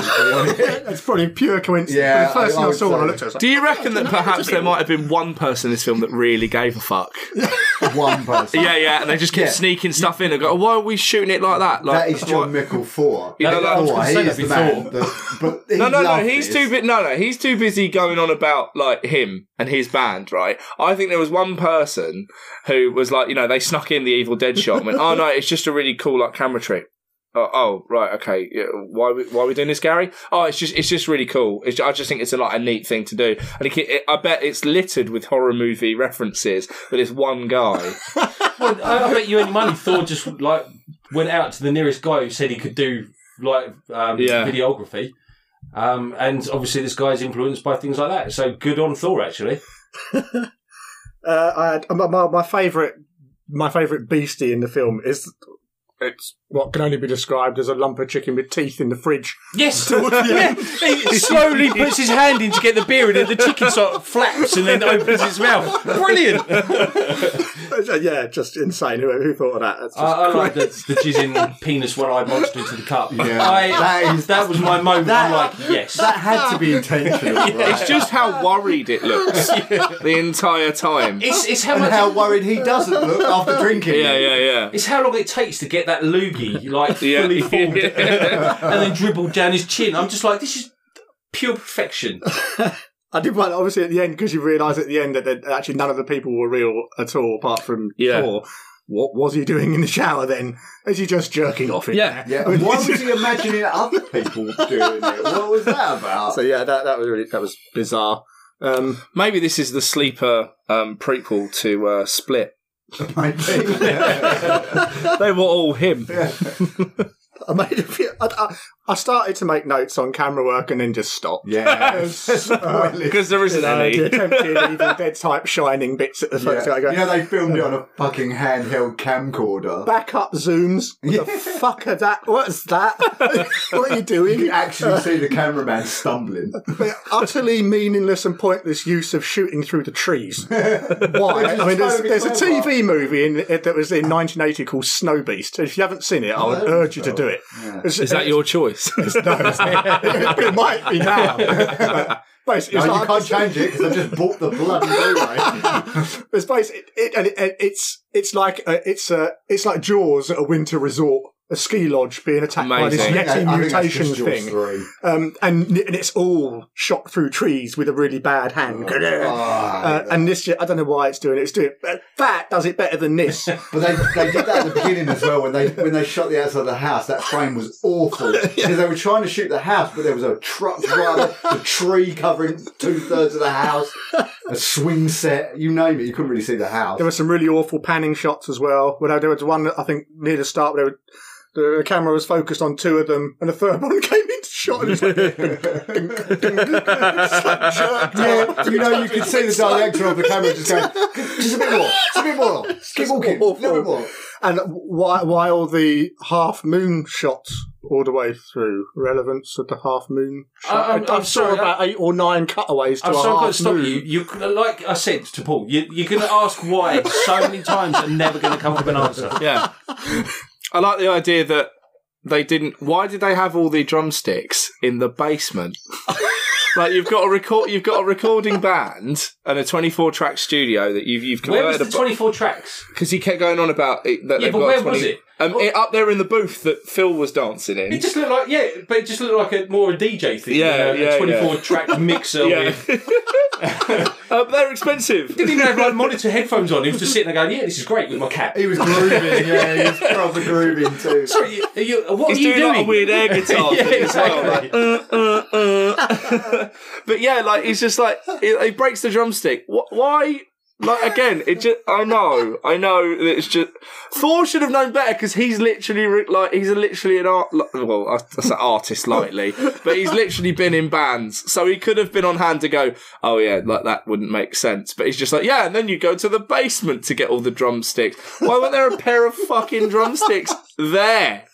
A: honest.
G: it's probably pure coincidence.
A: Yeah,
G: but the first
A: I- I
G: thing I,
A: would
G: saw when I
A: say-
G: looked at it, I was like,
B: Do you reckon that perhaps there might have been one person in this film that really gave a fuck?
A: One person.
B: Yeah, yeah, and they just kept
A: Yeah.
B: sneaking stuff in and go, why are we shooting it like that? Like,
A: That is John Mickle Four.
D: Oh,
B: no, no, I was
A: Four,
D: gonna
A: he
D: say
A: is the
D: that'd be
A: man.
D: Thor.
A: that- but he
B: No, no, no.
A: loved
B: He's
A: this.
B: too bu- no, no. He's too busy going on about like him and his band, right? I think there was one person who was like, you know, they snuck in the Evil Dead shot and went, "Oh no, it's just a really cool like camera trick." Oh, oh right, okay. Yeah, why we, why are we doing this, Gary? Oh, it's just it's just really cool. It's, I just think it's a, like a neat thing to do, and it, it, I bet it's littered with horror movie references. But it's one guy.
D: Well, I, I bet you any money Thor just like went out to the nearest guy who said he could do like um,
B: Yeah.
D: videography. Um, and obviously, this guy's influenced by things like that. So good on Thor, actually.
G: Uh, I had, my, my, my favorite, my favorite beastie in the film is it's what can only be described as a lump of chicken with teeth in the fridge.
D: Yes, yeah. He slowly puts his hand in to get the beer, and then the chicken sort of flaps and then opens its mouth. Brilliant.
G: yeah, just insane. Who, who thought of that? That's just
D: I, I like
G: great.
D: the, the jizzing penis one-eyed monster into the cup.
A: Yeah.
D: I,
A: That
D: that,
A: is-
D: is, that was my moment.
A: that-
D: I'm like, yes.
A: That had to be intentional. right?
B: It's just how worried it looks the entire time.
D: it's, it's how
A: And
D: much
A: how worried he doesn't look after drinking.
B: Yeah, yeah, yeah.
D: It's how long it takes to get that loogie like fully formed and then dribbled down his chin. I'm just like, this is pure perfection.
G: I did one obviously at the end because you realise at the end that that actually none of the people were real at all, apart from
B: Yeah.
G: Thor. What was he doing in the shower then? Is he just jerking off in
B: Yeah.
G: there?
A: Yeah, why was he imagining other people doing it? What was that about?
G: So yeah, that that was really that was bizarre. Um,
B: Maybe this is the sleeper um, prequel to uh, Split. They were all him.
G: I made a few, I, I, I started to make notes on camera work and then just stopped.
A: yeah,
B: Because there isn't
G: Uh, the
B: any.
G: attempted Evil Dead type shining bits at the
A: yeah.
G: first. I go,
A: You know, they filmed it on a fucking handheld camcorder.
G: back up zooms. What the fuck are that? What's that? what are you doing?
A: You actually see the cameraman stumbling.
G: The utterly meaningless and pointless use of shooting through the trees. Why? I mean, there's, there's a TV movie in, eh, that was in 1980 called Snow Beast. If you haven't seen it, I would
A: Oh, that
G: urge you to
A: sounds
G: do it. It's-
B: Is that your choice?
G: it might be now. But basically,
A: No, Oh,
G: it's
A: you
G: like-
A: can't change it because I've just bought the bloody Blu-ray.
G: It's basically it, it, and it, and it's it's like uh, it's uh, it's like Jaws at a winter resort, a ski lodge being attacked
B: Amazing.
G: by this
A: I
G: yeti
A: think that's
G: mutation
A: just Jaws
G: thing,
A: three.
G: um, and and it's all shot through trees with a really bad hand.
A: Ah,
G: Uh, and this, I don't know why it's doing it. It's doing it, but that does it better than this.
A: But they, they did that at the beginning as well when they when they shot the outside of the house. That frame was awful because they were trying to shoot the house, but there was a truck driver, a tree covering two thirds of the house, a swing set, you name it. You couldn't really see the house.
G: There were some really awful panning shots as well. Well, there was one I think near the start where they were, The camera was focused on two of them, and a third one came into shot and just went,
A: Yeah, you know, you could see the director of the camera just going, just a bit more, just a bit more, keep walking, a little more.
G: And why, while the half moon shots all the way through, relevance of the half moon shot.
D: I- I'm-
G: I- I
D: I'm
G: saw
D: sorry,
G: about eight or nine cutaways to
D: I'm
G: a
D: so going to
G: half
D: stop
G: moon.
D: you. You like I said to Paul, you, you're going to ask why so many times and never going to come up with an answer.
B: Yeah. I like the idea that they didn't. Why did they have all the drumsticks in the basement? like you've got a record, you've got a recording band and a twenty-four track studio that you've you've
D: Where was the
B: converted.
D: 24 tracks?
B: Because he kept going on about it, that
D: Yeah,
B: they've
D: but
B: got
D: where
B: 20
D: was it?
B: Um, it- Up there in the booth that Phil was dancing in.
D: It just looked like yeah, but it just looked like a more a DJ thing.
B: Yeah,
D: than a,
B: yeah, yeah.
D: 24 track mixer
B: yeah.
D: with.
B: Uh, they're expensive.
D: Didn't even have like monitor headphones on. He was just sitting there going, "Yeah, this is great with my cap."
A: He was grooving, yeah, he was probably grooving too.
D: Sorry, you, you, what
B: He's
D: are you
B: doing,
D: doing?
B: like a weird air guitar
D: yeah,
B: thing as well.
D: exactly.
B: like, But yeah, like he's just like he, he breaks the drumstick. Wh- Why? Like again, it just I know, I know that it's just Thor should have known better because he's literally re- like he's literally an art. li- Well, I, I say artist lightly, but he's literally been in bands, so he could have been on hand to go. Oh yeah, like that wouldn't make sense. But he's just like yeah, and then you go to the basement to get all the drumsticks. Why weren't there a pair of fucking drumsticks there?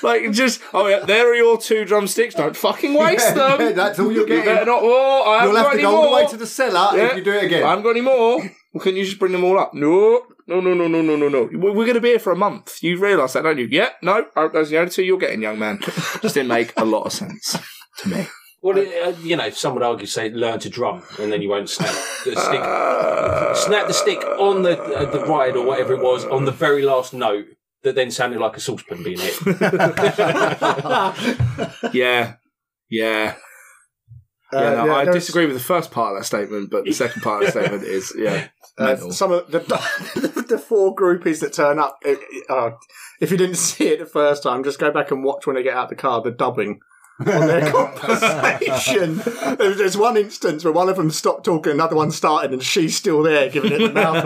B: Like just oh yeah, there are your two drumsticks. Don't fucking waste
A: Yeah,
B: them.
A: yeah, that's all you're
B: You better
A: getting.
B: not. Oh, I haven't
A: You'll
B: got
A: have to
B: any
A: go
B: more.
A: all the way to the cellar
B: Yeah.
A: if you do it again.
B: I haven't got any more. Well, can you just bring them all up? No, no, no, no, no, no, no, no. We're going to be here for a month. You realise that, don't you? Yeah. No, uh, those are the only two you're getting, young man. Just didn't make a lot of sense to me.
D: Well, uh, you know, some would argue, say, learn to drum, and then you won't snap the stick. snap the stick on the uh, the ride or whatever it was on the very last note that then sounded like a saucepan being hit.
B: Yeah, yeah,
G: Uh,
B: yeah. no,
G: yeah,
B: I
G: there was-
B: disagree with the first part of that statement, but the second part of the statement is yeah.
G: Uh,
B: mental.
G: some of the, the four groupies that turn up. It, it- oh, if you didn't see it the first time, just go back and watch when they get out the car. The dubbing on their conversation. There was- There's one instance where one of them stopped talking, another one started, and she's still there giving it the mouth.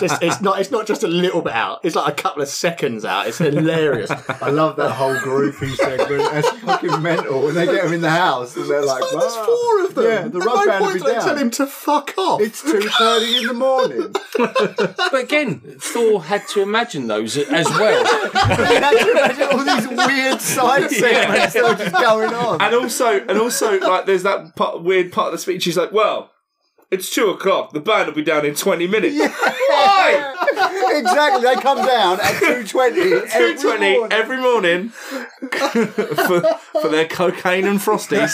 G: just, it's not. It's not just a little bit out. It's like a couple of seconds out. It's hilarious.
A: I love that whole groupie segment. That's fucking mental. When they get them in the house and they're like,
G: Oh, There's
A: "Wow."
G: four of them.
A: Yeah, the
G: At
A: rug
G: no
A: band
G: point
A: will be
G: do they
A: down.
G: tell him to fuck off.
A: It's 2.30 in the morning.
D: but again, Thor had to imagine those as well.
A: Imagine all these weird side segments that are just going on.
B: And also, and also, like, there's that part, weird part of the speech. He's like, well. It's two o'clock. The band will be down in twenty minutes. Why?
A: exactly. They come down at 2.20 every
B: 220
A: morning.
B: every morning for, for their cocaine and frosties.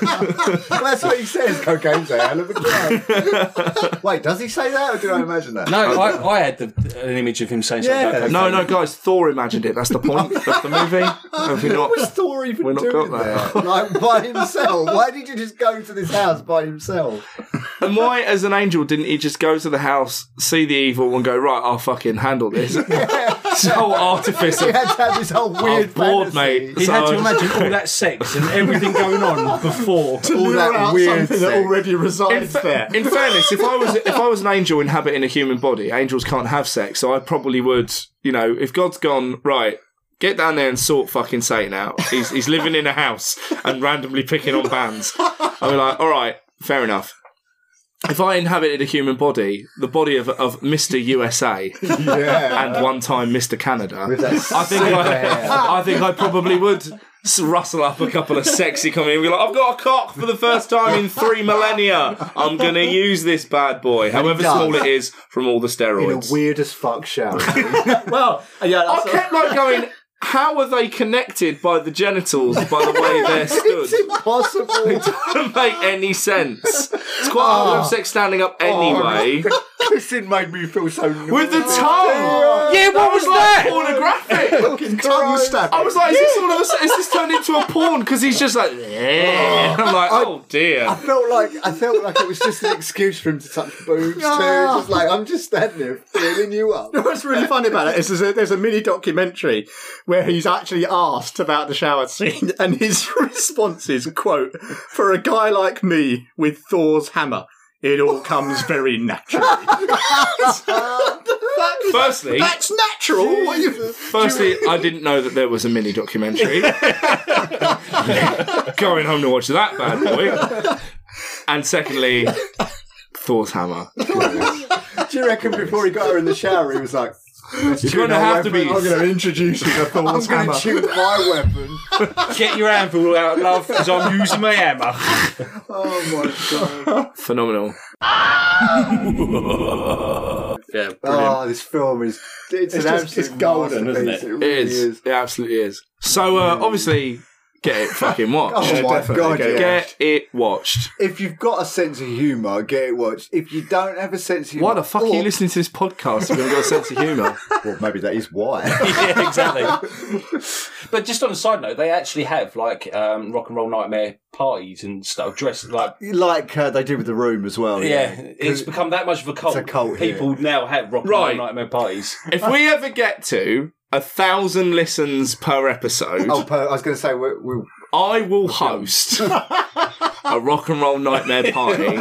A: Well, that's what he says. Cocaine's a hell of a crime. Wait, does he say that or did I imagine that?
D: No, I, I had the, an image of him saying something.
A: Yeah.
D: about cocaine.
B: No, no, guys, Thor imagined it. That's the point of the movie. Have you not?
A: story for
B: We're not
A: doing
B: got that.
A: there? Like by himself. Why did you just go to this house by himself?
B: And why, as an angel, didn't he just go to the house, see the evil, and go, right, I'll fucking handle this?
D: It's a whole artifice.
A: He had to have this whole weird
B: I'm bored,
A: fantasy.
B: mate.
D: He
B: So
D: had
B: I
D: to
B: was-
D: imagine all that sex and everything going on before.
A: All
G: Lure
A: that
G: out
A: weird
G: something that
A: sex.
G: already
B: In,
G: resides
B: fa-
G: there.
B: in fairness, if I was if I was an angel inhabiting a human body, angels can't have sex, so I probably would. You know, if God's gone right, get down there and sort fucking Satan out. He's he's living in a house and randomly picking on bands. I'd be like, all right, fair enough. If I inhabited a human body, the body of of Mr. USA
A: Yeah.
B: and one time Mr. Canada,
A: With that
B: I think I, I think I probably would s- rustle up a couple of sexy coming and be like, I've got a cock for the first time in three millennia. I'm gonna use this bad boy, however
A: does.
B: small it is, from all the
A: in a
B: steroids.
A: weird as fuck shower.
G: Well, yeah,
B: I
G: that's
B: kept like going. How are they connected by the genitals by the way they're stood?
A: it's impossible.
B: Doesn't make any sense. It's quite hard
A: Oh.
B: to have sex standing up anyway.
A: Kissing made me feel so.
B: With the tongue!
D: Yeah, what was
B: Like
D: that?
B: pornographic!
A: fucking tongue stab.
B: I was like, is this all of a sudden, is this turned into a porn? Because he's just like, yeah. I'm like, oh dear.
A: I felt like I felt like it was just an excuse for him to touch boobs too. It's just like I'm just standing there feeling you up.
G: What's really funny about it is there's a, there's a mini documentary where he's actually asked about the shower scene, and his response is, "quote For a guy like me with Thor's hammer, it all comes very naturally."
B: Firstly,
G: That's natural. What you-
B: Firstly, I didn't know that there was a mini documentary. Going home to watch that bad boy. And secondly, Thor's hammer.
A: Do you reckon before he got her in the shower, he was like,
B: You're going to have to be.
C: I'm going to introduce you to Thor's
A: I'm
C: hammer.
A: going to shoot my weapon?
D: Get your anvil out, love, because I'm using my hammer.
A: Oh my god.
B: Phenomenal.
D: Yeah, brilliant.
A: Oh, this film is. It's, an
C: just-
A: absolute
C: it's golden, isn't
A: masterpiece. It
B: It
A: really
B: is. It absolutely is. So, uh, obviously, get it fucking
A: Oh
B: watched.
A: my
C: definitely
A: god,
C: get it.
A: yeah.
B: Get it watched.
A: If you've got a sense of humour, get it watched. If you don't have a sense of humour.
B: Why the fuck are you
A: or-
B: listening to this podcast if you haven't got a sense of humour?
A: Well, maybe that is why.
D: yeah, exactly. but just on a side note, they actually have like um, rock and roll nightmare parties and stuff, dressed like.
A: like uh, they do with The Room as well.
D: Yeah, it's become that much of a cult.
A: a cult here.
D: People now have rock and
B: Right.
D: roll nightmare parties.
B: If we ever get to a thousand listens per episode,
A: Oh, per, I was going to say, we're, we're,
B: I will host a rock and roll nightmare party.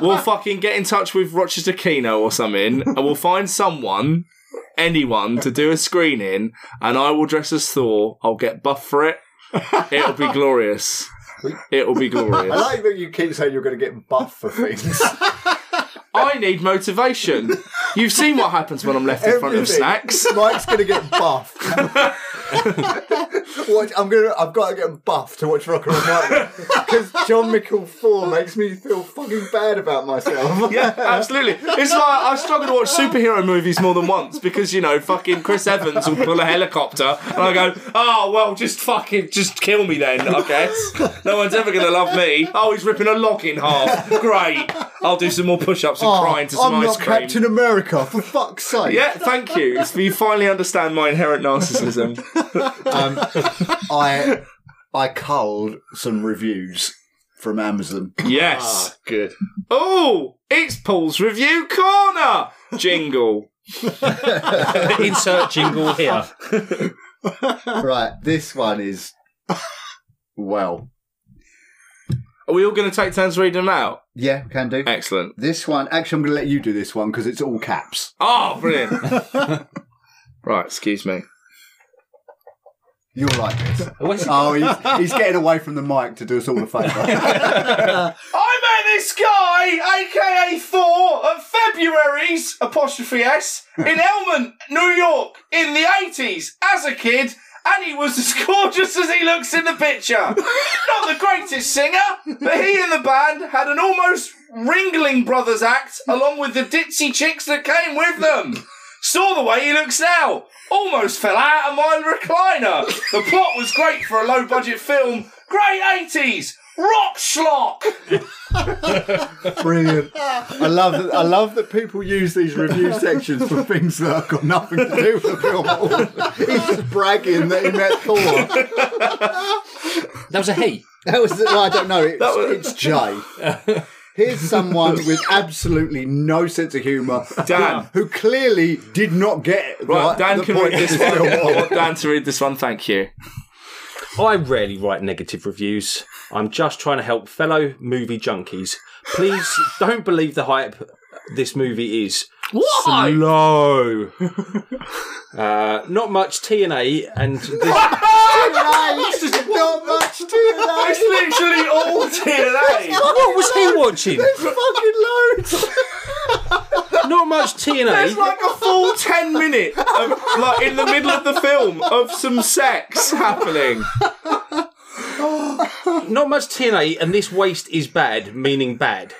B: we'll fucking get in touch with Rochester Kino or something, and we'll find someone, anyone, to do a screening, and I will dress as Thor. I'll get buff for it. It'll be glorious. It'll be
A: I
B: glorious.
A: like that you keep saying you're going to get buff for things.
B: I need motivation. You've seen what happens when I'm left in front of
A: Everything.
B: snacks.
A: Mike's going to get buffed. Watch, I'm going to. I've got to get buffed to watch Rock and Roll Nightmare because John Mickle Four makes me feel fucking bad about myself.
B: Yeah, absolutely. It's like I struggle to watch superhero movies more than once because you know, fucking Chris Evans will pull a helicopter, and I go, "Oh well, just fucking, just kill me then, I guess. No one's ever gonna love me. Oh, he's ripping a log in half. Great. I'll do some more push-ups and cry into some
A: Oh, I'm not
B: ice cream."
A: Captain America for fuck's sake.
B: yeah, thank you. It's, you finally understand my inherent narcissism.
A: Um, I I culled some reviews from Amazon. Ah.
B: Yes.
C: Good.
B: Oh, it's Paul's review corner jingle.
D: Insert jingle here.
A: Right, this one is well,
B: Are we all going to take turns reading them out?
A: yeah, can do.
B: Excellent.
A: This one, actually, I'm going to let you do this one because it's all caps.
B: Oh, brilliant. right, excuse me.
A: You'll like this.
D: Where's he-
A: Oh, he's, he's getting away from the mic to do us all a favour.
B: I met this guy, aka Thor, at February's apostrophe S in Elmont, New York, in the 80s, as a kid, and he was as gorgeous as he looks in the picture. Not the greatest singer, but he and the band had an almost Ringling Brothers act along with the ditzy chicks that came with them. Saw the way he looks now. Almost fell out of my recliner. The plot was great for a low budget film. Great 80s. Rock schlock.
A: Brilliant. I love that. I love that people use these review sections for things that have got nothing to do with the film. at all. He's just bragging that he met Thor.
D: That was a he.
A: That was. well, I don't know. It's, it's Jay. Here's someone with absolutely no sense of humour,
B: Dan.
A: who clearly did not get it.
B: Right, Dan
A: the
B: can
A: point
B: read this
A: of
B: one.
A: film
B: I
A: was.
B: want Dan to read this one, thank you.
D: I rarely write negative reviews. I'm just trying to help fellow movie junkies. Please don't believe the hype this movie is.
B: Why?
D: Slow. uh, not much TNA and this,
A: Right, not much to that.
B: It's literally all TNA.
D: what was he watching?
A: Fucking loads.
D: Not much
B: It's
D: TNA.
B: like a full 10 minute, of, like in the middle of the film, of some sex happening.
D: Not much TNA, and this waste is bad, meaning bad.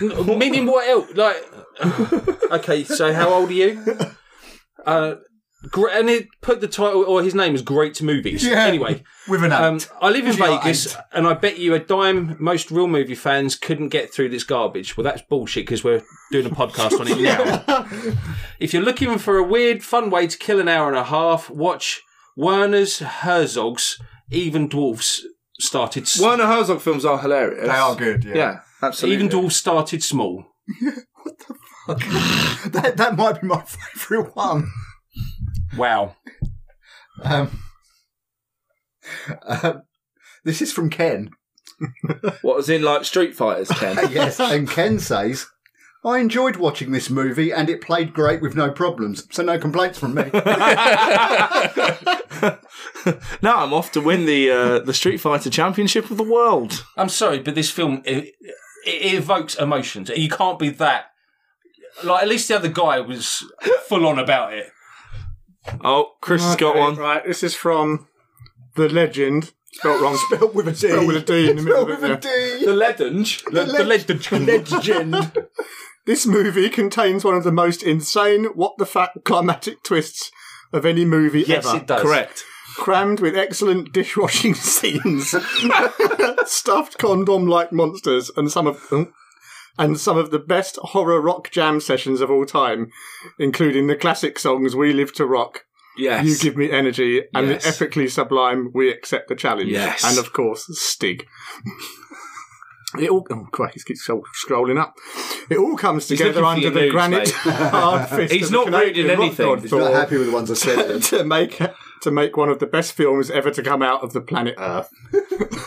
D: N- meaning what else? Like, okay, so how old are you? Uh, gr- and it put the title or his name is Great Movies. Anyway,
A: With an
D: Um,
A: eight.
D: I live in
A: Would you like
D: Vegas, and I bet you a dime most real movie fans couldn't get through this garbage. Well, that's bullshit because we're doing a podcast on it now. if you're looking for a weird, fun way to kill an hour and a half, watch Werner's Herzog's Even Dwarfs started. s-
B: Werner Herzog films are hilarious.
A: they are good.
B: Yeah, absolutely.
D: Even Dwarfs started small.
A: That, that might be my favourite one.
D: Wow.
A: Um, um, this is from Ken.
B: What was in like Street Fighters, Ken?
A: Yes, and Ken says, I enjoyed watching this movie and it played great with no problems, so no complaints from me.
B: Now I'm off to win the uh, the Street Fighter Championship of the world.
D: I'm sorry, but this film it, it evokes emotions. You can't be that. Like at least the other guy was full on about it.
B: Oh, Chris has got
G: Okay,
B: one.
G: Right, this is from the legend. Spelt wrong.
C: Spelt with a D.
G: Spelt with a D in the middle of it.
A: D.
B: legend. The, the legend.
C: Legend.
G: This movie contains one of the most insane what the fact climatic twists of any movie
D: Yes,
G: ever.
D: it does.
B: Correct.
G: Crammed with excellent dishwashing scenes, stuffed condom-like monsters, and some of oh, and some of the best horror rock jam sessions of all time, including the classic songs "We Live to Rock,"
B: Yes.
G: "You Give Me Energy," and
B: Yes.
G: the epically sublime "We Accept the Challenge,"
B: Yes.
G: and of course Stig. It all oh, Christ, it keeps scroll- scrolling up. It all comes together
B: looking for
G: under
B: your
G: the
B: nudes,
G: granite
B: mate.
G: hard fist.
B: He's
G: of the
B: not reading
G: Canadian rock
B: anything.
G: god
B: He's
A: He's not
G: Thor
A: happy with the ones I said.
G: to make to make one of the best films ever to come out of the planet Earth.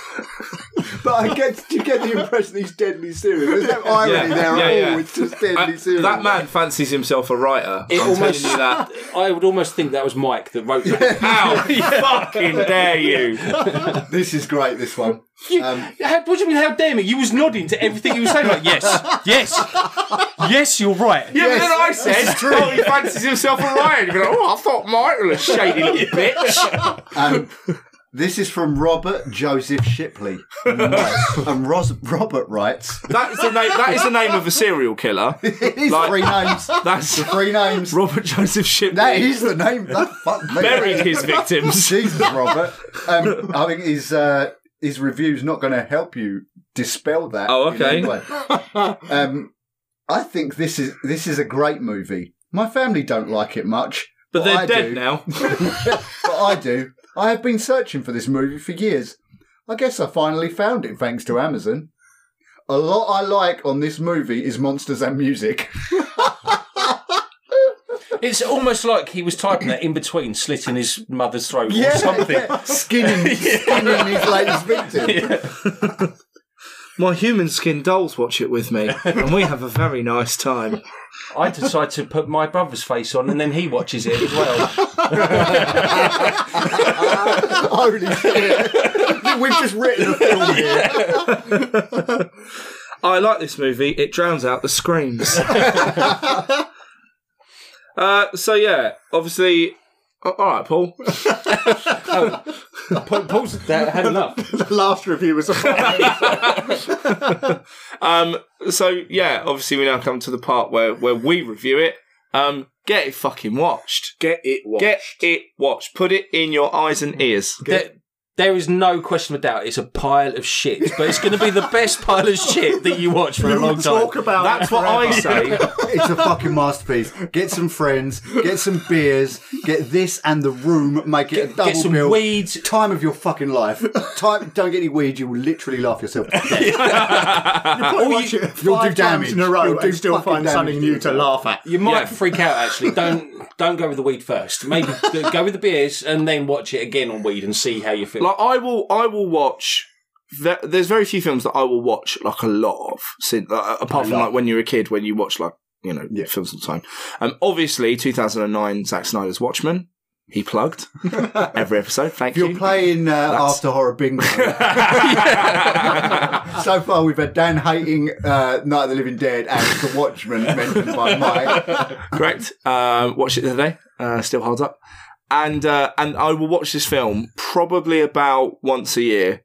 A: But I get, you get the impression that he's deadly serious. There's no irony
B: Yeah,
A: there at
B: yeah, yeah.
A: all. It's just deadly
B: Uh,
A: serious.
B: that man fancies himself a writer. I'm
D: almost-
B: telling you that.
D: I would almost think that was Mike that wrote that.
B: How fucking dare you?
A: This is great. This one.
D: You- how, what do you mean? How dare me? You was nodding to everything you were saying. Like yes, yes, yes. You're right.
B: Yeah, but
A: Yes,
B: then I said, oh, he fancies himself a writer. You'd be like, oh, I thought Michael was a shady little bitch.
A: Um, this is from Robert Joseph Shipley. Nice. and Ros- Robert writes,
B: That is the name. That is the name of a serial killer.
A: it is
B: Like-
A: three names.
B: That's
A: Three names.
B: Robert Joseph Shipley.
A: that is the name. That fuck me.
B: buried his victims.
A: Jesus, Robert. Um, I think his uh, his review's not going to help you dispel that.
B: Oh,
A: in
B: okay.
A: any way. Um, I think this is this is a great movie. My family don't like it much,
B: But they're
A: I
B: dead
A: do.
B: now.
A: but I do. I have been searching for this movie for years. I guess I finally found it thanks to Amazon. A lot I like on this movie is monsters and music.
D: It's almost like he was typing that in between slitting his mother's throat or something.
A: yeah. Skinning, skinning his latest victim.
B: My human skin dolls watch it with me, and we have a very nice time.
D: I decide to put my brother's face on, and then he watches it as well.
A: Holy shit. We've just written a film here.
B: I like this movie. It drowns out the screams. uh, so yeah, obviously. a- All right, Paul.
D: Paul's had enough.
G: The last review was a
B: Um, so yeah, obviously we now come to the part where where we review it. Um, get it fucking watched.
G: Get it watched.
B: Get it watched. Put it in your eyes and ears.
D: There, there is no question of doubt. It's a pile of shit, but it's going to be the best pile of shit that you watch for a long time.
G: talk about
B: That's what I say.
A: It's a fucking masterpiece. Get some friends, get some beers, get this and the room, make it a double
D: Get some
A: bill.
D: weeds.
A: Time of your fucking life. Time. Don't get any weed. You will literally laugh yourself to death.
G: Or watch it
A: you'll do
G: five
A: damage.
G: times in a row
A: You'll do
G: and still
A: fucking
G: find
A: damage
G: something
A: to
G: new to
A: yourself.
G: laugh at.
D: You might freak out actually. Don't don't go with the weed first. Maybe go with the beers and then watch it again on weed and see how you feel.
B: Like I will, I will watch. There, there's very few films that I will watch like a lot of, since, uh, apart from like when you're a kid when you watch like you know
A: Yeah.
B: films all the time. Um, obviously, 2009, Zack Snyder's Watchmen. He plugged every episode. Thank
A: You're
B: you.
A: playing uh, after horror bingo. so far, we've had Dan hating uh, Night of the Living Dead and The Watchmen mentioned by Mike.
B: Correct. Uh, watched it the other day. Uh, still holds up. And uh, and I will watch this film probably about once a year.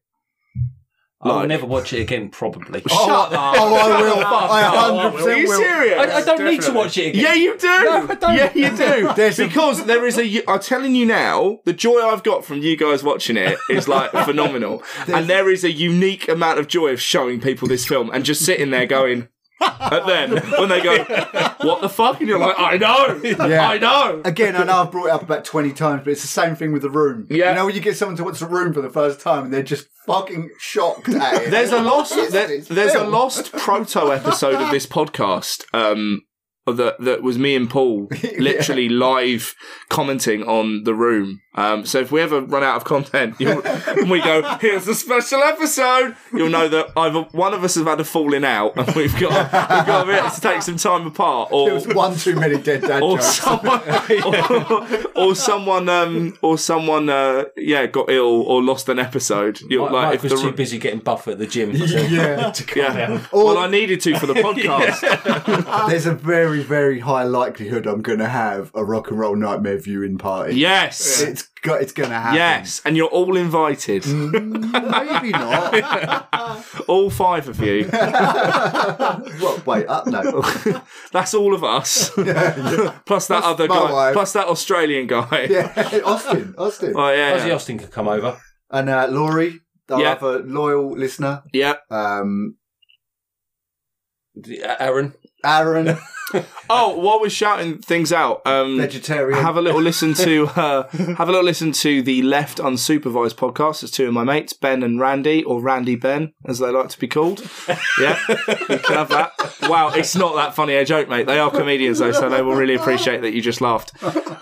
D: I'll
B: like-
D: never watch it again, probably.
A: Shut up. Oh, I will. I 100 percent
B: Are you serious?
D: I, I don't need to watch it again.
B: Yeah, you do.
D: I don't.
B: Yeah, you do.
A: There's a-
B: because there is a. I'm telling you now, the joy I've got from you guys watching it is like phenomenal, and there is a unique amount of joy of showing people this film and just sitting there going. At them when they go, what the fuck? And you're like, I know, I know.
A: Again, I know I've brought it up about 20 times, but it's the same thing with The Room.
B: Yeah.
A: You know, when you get someone to watch The Room for the first time and they're just fucking shocked at it.
B: There's a lost,
A: What is
B: there-
A: this
B: there's a
A: film?
B: lost proto episode of this podcast um, that that was me and Paul literally live commenting on the room Um, so if we ever run out of content you'll, and we go, here's a special episode, you'll know that either one of us has had a falling out and we've got we've got to take some time apart,
A: There
B: or
A: was one too many dead dad
B: or
A: jokes.
B: someone, or, or someone, um, or someone, uh, yeah, got ill or lost an episode. You're
D: Mike,
B: like,
D: Mike
B: if
D: was too
B: the,
D: busy getting buff at the gym.
A: Yeah,
B: yeah. Well, I needed to for the podcast.
A: there's a very, very high likelihood I'm going to have a rock and roll nightmare viewing party.
B: Yes.
A: It's got, it's going to happen.
B: Yes, and you're all invited.
A: Mm. Maybe not.
B: All five of you.
A: Well, wait, up no.
B: That's all of us. plus that other
A: my
B: guy.
A: wife.
B: Plus that Australian guy.
A: Yeah, Austin, Austin.
B: Oh yeah.
D: Ozzy
B: Yeah.
D: Austin could come over.
A: And uh, Laurie, our
B: Yeah.
A: other loyal listener.
B: Yeah.
A: Um,
D: Aaron.
A: Aaron,
B: Oh, while we're shouting things out, um,
A: vegetarian.
B: have a little listen to uh, have a little listen to the Left Unsupervised podcast. There's two of my mates, Ben and Randy, or Randy Ben, as they like to be called. Yeah, you can have that. Wow, it's not that funny a joke, mate. They are comedians though, so they will really appreciate that you just laughed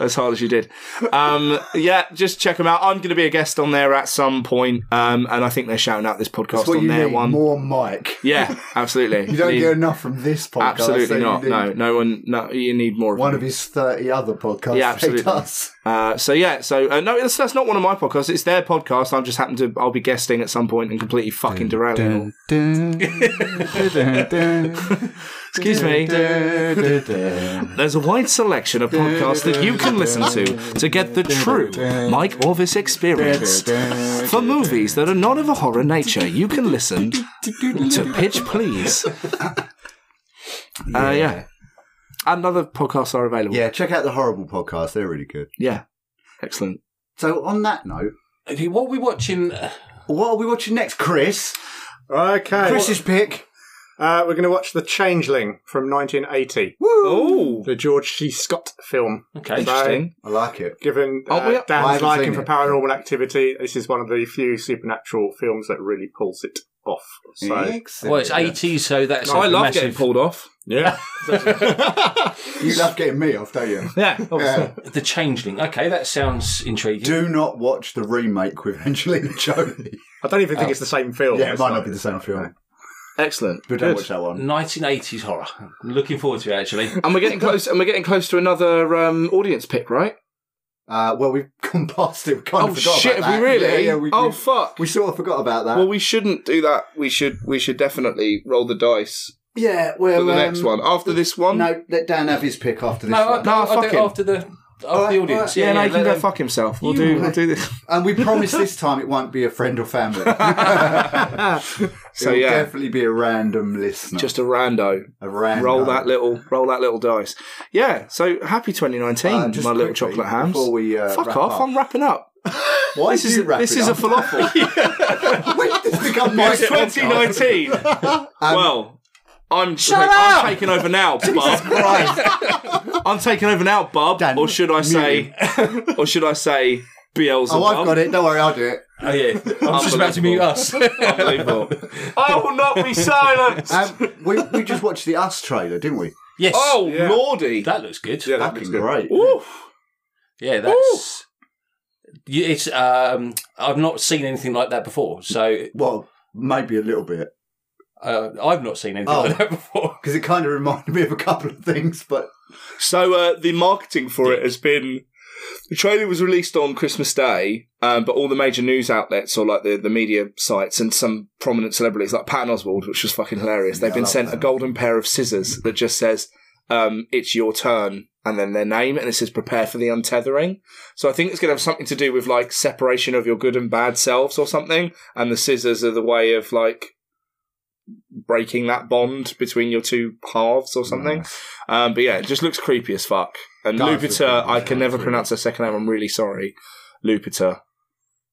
B: as hard as you did. Um, yeah, just check them out. I'm going to be a guest on there at some point, um, and I think they're shouting out this podcast
A: what
B: on
A: you
B: their
A: need,
B: one.
A: more Mike.
B: Yeah, absolutely.
A: You don't
B: Need-
A: get enough from this podcast. so
B: absolutely
A: you
B: not.
A: need
B: No, no one. No, you need more of
A: One
B: me.
A: of his 30 other podcasts.
B: Yeah,
A: they
B: absolutely.
A: does.
B: Uh, so yeah, so uh, no, that's, that's not one of my podcasts. It's their podcast. I'm just happen to I'll be guesting at some point and completely fucking derailing. it all. Excuse me. There's a wide selection of podcasts that you can listen to to get the true Mike Orvis experience. For movies that are not of a horror nature, you can listen to Pitch Please. Uh, yeah. And other podcasts are available.
A: Yeah, check out the horrible podcast. They're really good.
B: Yeah. Excellent.
A: So, on that note,
D: What are we watching?
A: what are we watching next, Chris?
G: Okay.
A: Chris's pick.
G: Uh, we're going to watch The Changeling from 1980,
B: Oh,
G: the George C. Scott film.
D: Okay.
B: interesting.
A: I like it.
G: Given uh,
B: Aren't we-
A: Oh, I
G: Dan's
A: haven't
G: liking
A: seen
G: for
A: it.
G: paranormal activity, this is one of the few supernatural films that really pulls it off. So,
A: Excellent.
D: Well, it's 80s, so that's
B: I
D: like
B: love
D: massive.
B: getting pulled off.
G: yeah.
A: You love getting me off, don't you?
B: Yeah,
A: Yeah.
D: The Changeling. Okay, that sounds intriguing.
A: Do not watch the remake with Angelina Jolie.
G: I don't even think it's the same film.
A: yeah, it
G: It's
A: might not be the same film.
B: Excellent.
A: But don't watch that
B: Mm.
A: one.
D: 1980s horror. Looking forward to it, actually.
B: And we're getting close. And we're getting close to another um, audience pick, right?
A: Uh, well, we've gone past it. We kind
B: Oh
A: of forgot
B: shit!
A: about
B: Have we
A: that.
B: really?
A: Yeah, yeah, we,
B: oh
A: we,
B: fuck!
A: we sort of forgot about that.
B: well, we shouldn't do that. We should. We should definitely roll the dice
A: yeah, well,
B: for the next
A: um,
B: one. After this one,
A: No, let Dan have his pick after this
D: No, I,
A: one.
D: no, I'll
B: fuck
D: do it
B: him.
D: after the, after
A: right,
D: the audience.
A: alright.
B: Yeah, no, he
D: let
B: can go
D: them-
B: fuck himself. We'll do. We'll do this.
A: And we promise this time it won't be a friend or family.
B: So
A: It'll
B: yeah,
A: definitely be a random listener.
B: just a rando.
A: a random.
B: Roll that little. Roll that little dice. Yeah. So happy 2019,
A: Uh,
B: my
A: just
B: little
A: quickly,
B: chocolate hams.
A: Before we uh,
B: fuck
A: wrap
B: off!
A: up.
B: I'm wrapping up.
A: Why
B: This
A: do
B: is
A: you wrap
B: this
A: it
B: is a
A: up?
B: falafel.
A: When did this become my
B: It's 2019. well, I'm, I'm taking over now, Bob. I'm taking over now, Bob.
A: Dan,
B: or should I say, or should I say, Beelzebub?
A: Oh, I've got it. Don't worry, I'll do it.
D: Oh, yeah. I was just about to mute us.
B: Unbelievable. I will not be silenced.
A: Um, we, we just watched the Us trailer, didn't we?
D: yes.
B: oh, lordy.
D: That looks good. Yeah,
G: Yeah, that
A: Fucking
G: looks good.
A: great.
B: Oof.
D: that's. Yeah, It's um, I've not seen anything like that before, so
A: Well, maybe a little bit.
D: uh, I've not seen anything
A: Oh.
D: like that before.
A: Because it kind of reminded me of a couple of things, but
B: So uh, the marketing for it has been. The trailer was released on Christmas Day, um, but all the major news outlets or like the, the media sites and some prominent celebrities like Patton Oswald, which was fucking hilarious. They've
A: Yeah, I
B: been
A: love
B: sent a
A: Patton.
B: golden pair of scissors that just says, um, "It's your turn," and then their name, and it says, "Prepare for the untethering." So I think it's going to have something to do with like separation of your good and bad selves or something, and the scissors are the way of like breaking that bond between your two halves or something. Um, but yeah, it just looks creepy as fuck. And
A: Does look
B: Lupita,
A: creepy
B: I
A: as
B: can
A: fuck,
B: never
A: really.
B: pronounce her second name. I'm really sorry. Lupita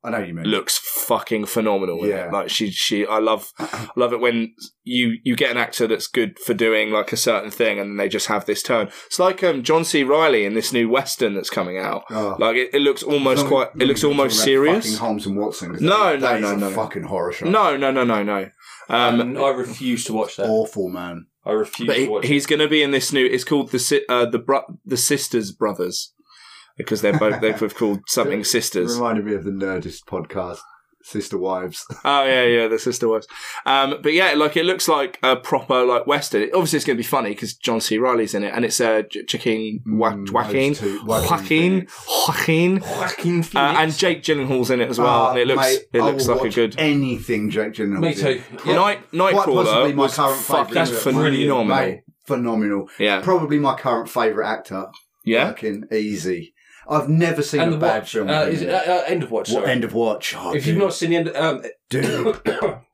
A: I know you mean.
B: looks fucking phenomenal. in it.
A: Yeah.
B: like she, she. I love, I love it when you you get an actor that's good for doing like a certain thing, and they just have this turn. It's like um, John C. Riley in this new western that's coming out.
A: Oh.
B: Like it, it looks almost quite. It looks almost serious.
A: Fucking Holmes and Watson. 'cause
B: No,
A: that-
B: no,
A: that is
B: no,
A: a
B: no.
A: Fucking horror show.
B: No, no, no, no, no. Um,
D: and I refuse to watch that.
A: awful man.
D: I refuse
B: But
D: to
B: he,
D: watch. it.
B: he's going to be in this new. It's called the Si- uh, the Bro- the Sisters Brothers, because they're both they're both called something sisters.
A: Reminded me of the Nerdist podcast, Sister Wives.
B: Oh yeah, yeah, the sister wives. Um, but yeah, like it looks like a proper like western. It, obviously, it's going to be funny because John C. Riley's in it, and it's uh, J- Joaquin, Wa-
A: Mm,
B: Joaquin,
A: those two-
B: Joaquin, Joaquin,
D: Fucking
B: uh, and Jake Gyllenhaal's in it as well.
A: Ah,
B: and it looks
A: mate,
B: it
A: I
B: looks
A: will
B: like a
A: watch
B: good
A: anything Jake Gyllenhaal.
D: Me
A: is
D: too.
A: in.
D: Yeah.
B: Night
A: Quite possibly
B: Nightcrawler
A: my
B: was
A: current
B: fucking
A: favourite.
D: That's
B: phenomenal.
A: Mate, phenomenal.
B: Yeah,
A: Probably my current favourite actor.
B: yeah.
A: Fucking easy. I've never seen
D: and
A: a
D: the
A: bad
D: watch.
A: film.
D: Uh,
A: with
D: is it,
A: him
D: uh,
A: in it.
D: uh, end of watch.
A: what
D: Sorry.
A: end of watch? Oh,
D: if you've
A: dude.
D: not seen the end, um,
A: dude,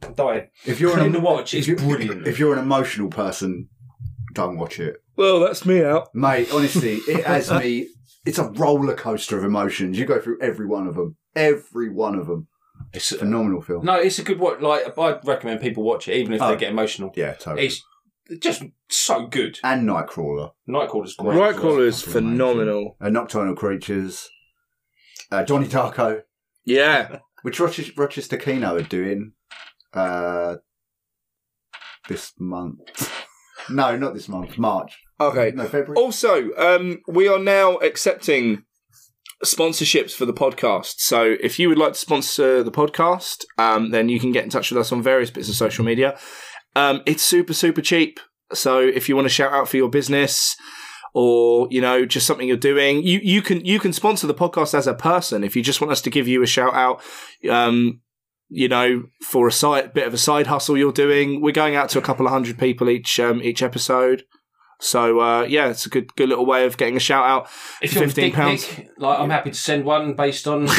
D: I'm dying.
A: if you're
D: End
A: an
D: of watch
A: if
D: is
A: you-
D: brilliant.
A: If you're an emotional person, don't watch it,
B: Well, that's me out.
A: mate. Honestly, it has me. It's a roller coaster of emotions. You go through every one of them. Every one of them.
D: It's,
A: Phenomenal film.
D: no, it's a good watch. Like I'd recommend people watch it, even if
A: Oh.
D: they get emotional.
A: Yeah, totally.
D: It's just so good.
A: and Nightcrawler,
D: Nightcrawler's great. as well.
B: Nightcrawler is
A: Fucking amazing.
B: phenomenal.
A: uh, Nocturnal Creatures, uh, Donnie Darko,
B: Yeah,
A: which Rochester, Rochester Kino are doing uh, this month. No, not this month. March.
B: okay.
A: No, February.
D: Oh.
B: Also, um, we are now accepting sponsorships for the podcast. So if you would like to sponsor the podcast, um, then you can get in touch with us on various bits of social media. Um, it's super, super cheap. So if you want to shout out for your business or you know just something you're doing, you you can you can sponsor the podcast as a person. If you just want us to give you a shout out, um, you know, for a side bit of a side hustle you're doing, we're going out to a couple of hundred people each um, each episode. So uh, yeah, it's a good good little way of getting a shout out.
D: If you're
B: 15
D: 15
B: pounds.
D: Pic, like I'm happy to send one based on.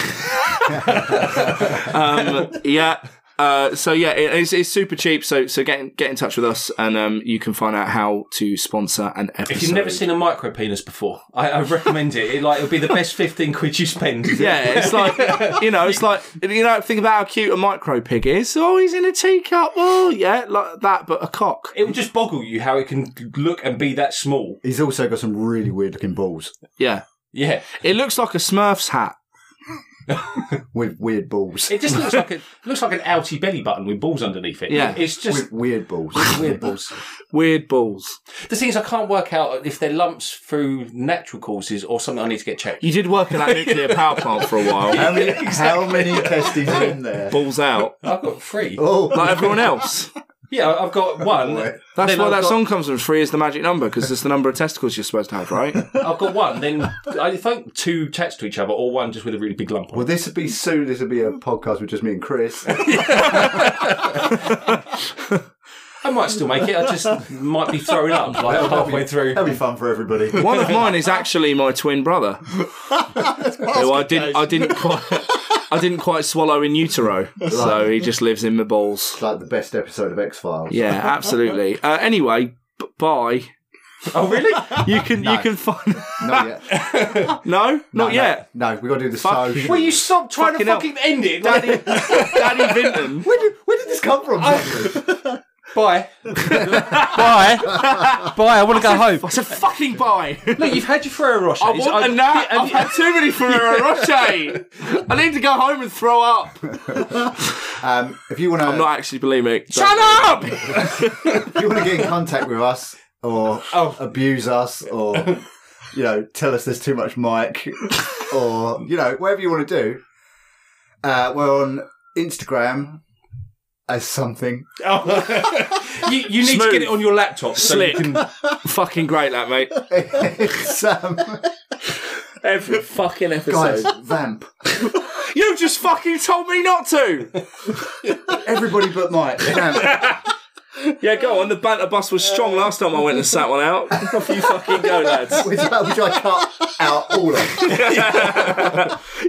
B: um, yeah. Uh, so yeah, it, it's, it's super cheap. So so get in, get in touch with us, and um, you can find out how to sponsor an episode.
D: If you've never seen a micro penis before, I, I recommend it. it. Like it'll be the best fifteen quid you spend.
B: yeah, it's like you know, it's like you know, think about how cute a micro pig is. Oh, he's in a teacup. Oh, yeah, like that, but a cock.
D: It will just boggle you how it can look and be that small.
A: He's also got some really weird looking balls
B: Yeah,
D: Yeah,
B: it looks like a Smurf's hat.
A: with weird balls.
D: it just looks like a looks like an outy belly button with balls underneath it.
B: Yeah.
D: it's just
A: With weird balls.
D: weird balls.
B: Weird balls.
D: The thing is, I can't work out if they're lumps through natural causes or something. I need to get checked.
B: You did work in that nuclear power plant for a while.
A: How many, how many testes are in there?
B: Balls out,
D: I've got three.
A: Oh,
B: like everyone else.
D: Yeah, I've got one.
B: That's
D: Then
B: why
D: I've
B: that
D: got-
B: song comes from. Three is the magic number because it's the number of testicles you're supposed to have, right?
D: I've got one. Then I think two attached to each other, or one just with a really big lump. on
A: well, this would be soon. This would be a podcast with just me and Chris.
D: I might still make it. I just might be throwing up like halfway through.
A: That'd be fun for everybody.
B: One of mine is actually my twin brother. who I didn't I didn't quite I didn't quite swallow in utero. So he just lives in my balls.
A: It's like the best episode of X Files.
B: Yeah, absolutely. Uh, anyway, b- bye.
D: Oh, really?
B: You can you can find
A: Not yet.
B: No, not
A: No,
B: yet.
A: No, we got to do the
B: Fuck
A: show.
B: you.
D: Will you stop trying
B: Fucking
D: to
B: hell.
D: fucking end it?
B: Daddy Daddy Vinton.
A: Where did, where did this come from? Zachary?
D: Bye.
I: Bye. Bye. I want to go home.
B: I said fucking bye.
D: Look, you've had your Ferrero Rocher.
B: I want a nap. I've had too many Ferrero Rocher. I need to go home and throw up.
A: um, if you want
B: I'm
A: to,
B: not actually bulimic. Shut up!
A: if you want to get in contact with us or
D: Oh.
A: abuse us or you know tell us there's too much mic or you know whatever you want to do, uh, we're on Instagram as something.
D: you, you need to
B: Smooth.
D: get it on your laptop. So
B: Slick.
D: You can,
B: fucking great that mate.
A: it's, um,
B: Every fucking episode.
A: guys, vamp.
B: You just fucking told me not to.
A: Everybody but Mike. Vamp.
B: Yeah, go on. The banter bus was strong last time I went and sat one out. Off you fucking go, lads.
A: Which, which I cut out all of.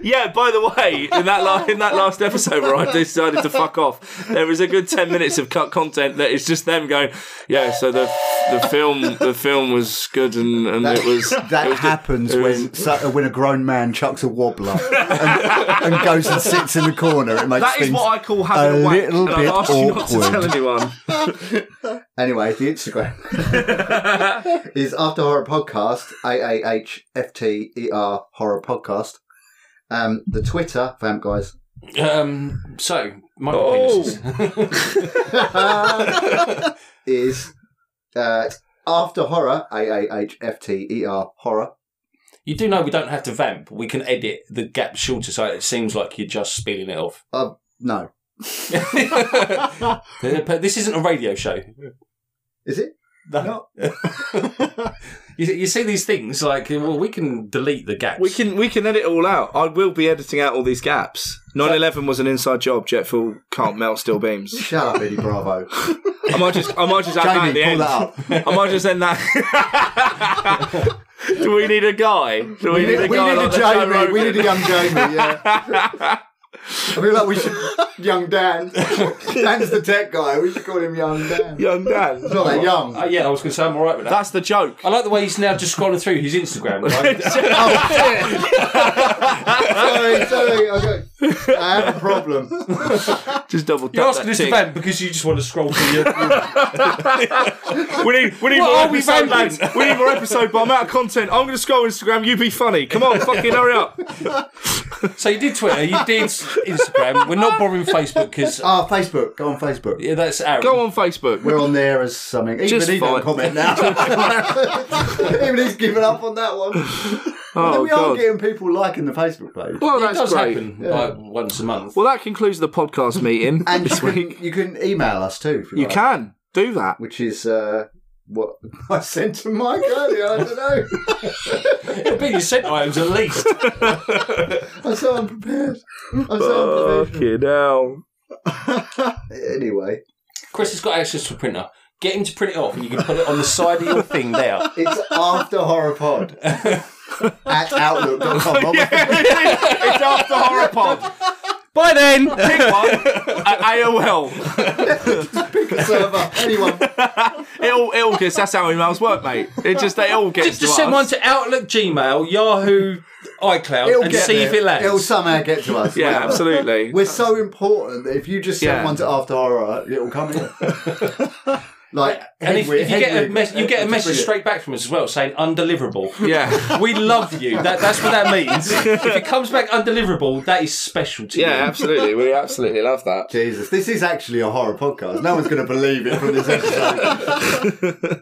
B: Yeah. By the way, in that la- in that last episode where I decided to fuck off, there was a good ten minutes of cut content that is just them going, yeah. So the the film the film was good and, and it was
A: That
B: it was good."
A: happens
B: It was-
A: when so- uh, when a grown man chucks a wobbler and, and goes and sits in the corner. It makes
B: That is
A: things.
B: what I call
A: a
B: having a, wank,
A: little
B: and
A: bit
B: I've asked you not to
A: awkward.
B: tell anyone.
A: Anyway, the Instagram is After Horror Podcast, A A H F T E R Horror Podcast. Um, the Twitter, vamp guys.
D: um, so, micro penises.
A: is uh, After Horror, A A H F T E R Horror.
D: You do know we don't have to vamp. We can edit the gap shorter so it seems like you're just spinning it off.
A: Uh, No.
D: But this isn't a radio show.
A: Is it?
D: No. you, see- you see these things like, well, we can delete the gaps.
B: We can we can edit it all out. I will be editing out all these gaps. 9-11 was an inside job. Jet fuel can't melt steel beams.
A: Shut up, Eddie Bravo.
B: I might just I might just add that at
A: Jamie,
B: the
A: pull
B: end.
A: that up.
B: I might just end that. Do we need a guy? Do we, need a
A: we
B: guy?
A: need a
B: like the Joe
A: Jamie. We
B: Rogan?
A: need a young Jamie. Yeah. I feel like we should. Young Dan. Dan's the tech guy. We should call him Young Dan.
B: young Dan.
A: He's not that young.
D: Oh, yeah, I was going to say I'm all right with that.
B: That's the joke.
D: I like the way he's now just scrolling through his Instagram. Right?
A: Oh. sorry, sorry. Okay. I have a problem.
B: Just double tap
D: You're asking
B: that
D: us to
B: tick.
D: vamp because you just want to scroll through your. your-
B: We need, we need
D: What
B: more
D: are we
B: episode,
D: vamping?
B: lads. We need more episode, but I'm out of content. I'm going to scroll Instagram. You be funny. Come on, fucking hurry up.
D: so you did Twitter, you did Instagram. We're not borrowing Facebook because
A: Ah, Facebook. Go on Facebook.
D: yeah, that's Aaron.
B: Go on Facebook.
A: We're on there as something. Even
B: Just
A: he
B: fine.
A: don't comment now. Even he's given up on that one.
B: Oh,
A: Although we are
B: God.
A: getting people liking the Facebook page.
B: Well,
D: It
B: that's
D: does
B: great.
D: happen like once a month.
B: Well, that concludes the podcast meeting
A: and you
B: this week.
A: can, you can email us too. If you
B: You
A: like,
B: can do that.
A: Which is uh, what I sent to Mike earlier. I don't know.
D: It'll be your sent items at least.
A: I'm so unprepared. I'm so unprepared.
B: hell.
A: Anyway,
D: Chris has got access to a printer. Get him to print it off, and you can put it on the side of your thing there.
A: it's after horror pod at outlook.com.
B: it's after horror pod.
I: Bye then.
B: Pick one at AOL.
A: Pick a server. Anyone.
B: It all, it all gets. That's how emails work, mate. It just they all gets
D: Just, just
B: to
D: send one
B: us.
D: to Outlook, Gmail, Yahoo, iCloud,
A: It'll
D: and
A: get
D: see
A: there.
D: if it lands.
A: It'll somehow get to us.
B: Yeah,
A: whatever.
B: absolutely.
A: We're so important that if you just send
B: Yeah.
A: one to After Horror, it'll come in. like,
D: and if,
A: Hedwig-
D: if you get a
A: Hedwig-
D: mess, you get a
A: it's
D: message
A: brilliant.
D: straight back from us as well saying undeliverable.
B: yeah,
D: We love you. That, that's what that means. if it comes back undeliverable, that is special to
B: yeah,
D: you.
B: absolutely. We absolutely love that.
A: Jesus, this is actually a horror podcast. No one's going to believe it from this episode.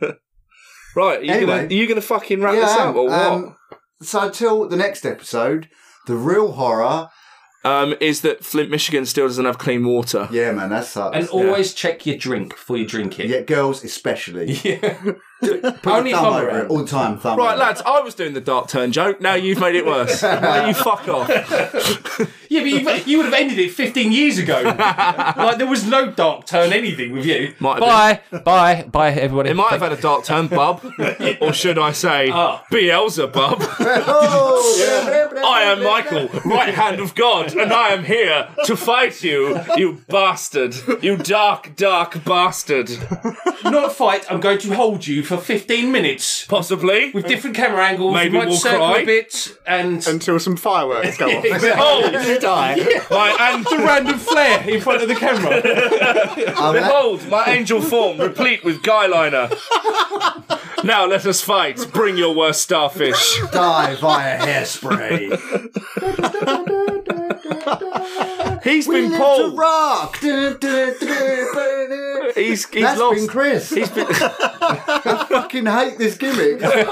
B: Right, are you
A: Anyway.
B: gonna are you gonna fucking wrap
A: Yeah,
B: this
A: I
B: up
A: am.
B: or what? Um,
A: Um, so until the next episode, the real horror.
B: Um, is that Flint, Michigan still doesn't have clean water?
A: Yeah, man, that sucks.
D: And always check your drink before you drink it.
A: yeah, girls especially. Put your
D: Only
A: thumb
D: thumb
A: over
D: around.
A: it all the time. Thumb
B: Right,
A: over it.
B: lads, I was doing the dark turn joke. Now you've made it worse. now you fuck off.
D: Yeah, but you, you would have ended it 15 years ago. like, there was no dark turn anything with you.
B: Might have been.
I: Bye. Bye. Bye, everybody.
B: It might have had a dark turn, bub, or should I say,
D: Ah.
B: Beelzebub.
A: Oh,
B: I am Michael, right hand of God, and I am here to fight you, you bastard, you dark, dark bastard.
D: Not fight, I'm going to hold you for 15 minutes.
B: Possibly.
D: With different camera angles,
B: Maybe
D: we might
B: we'll
D: circle
B: cry.
D: a bit, and...
G: Until some fireworks go off.
B: Behold,
G: You die.
B: my and
D: the random flare in front of the camera.
A: I'm that-
B: Behold, my angel form, replete with guy liner. Now let us fight. Bring your worst starfish.
A: die via hairspray.
B: He's
A: We
B: been
A: live
B: Paul.
A: to rock. That's
B: He's he's lost.
A: been Chris. I fucking hate this gimmick. so shit.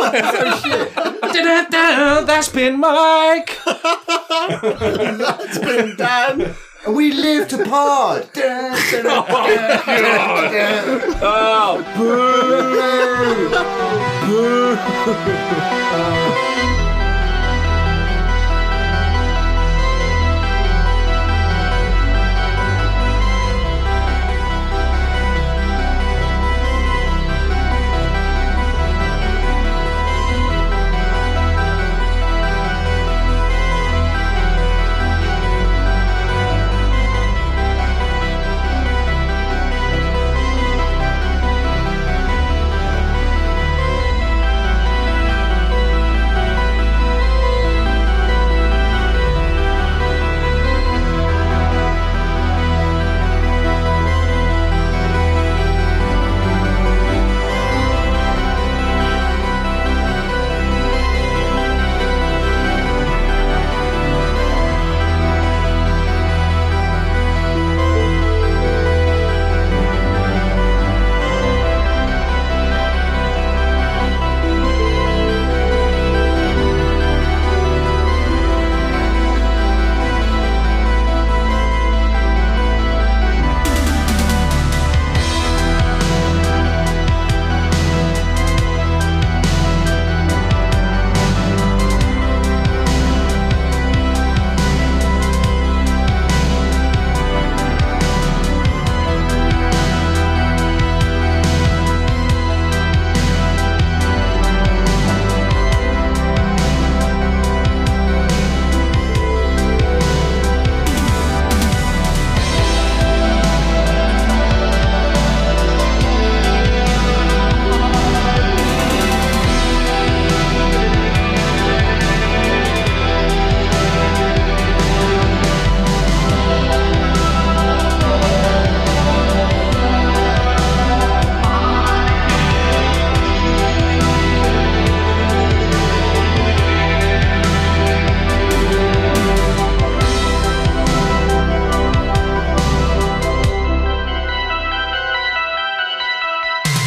D: Oh, Da-da-da, That's been Mike.
A: And we live to pod.
B: Oh,
A: Boo. Boo.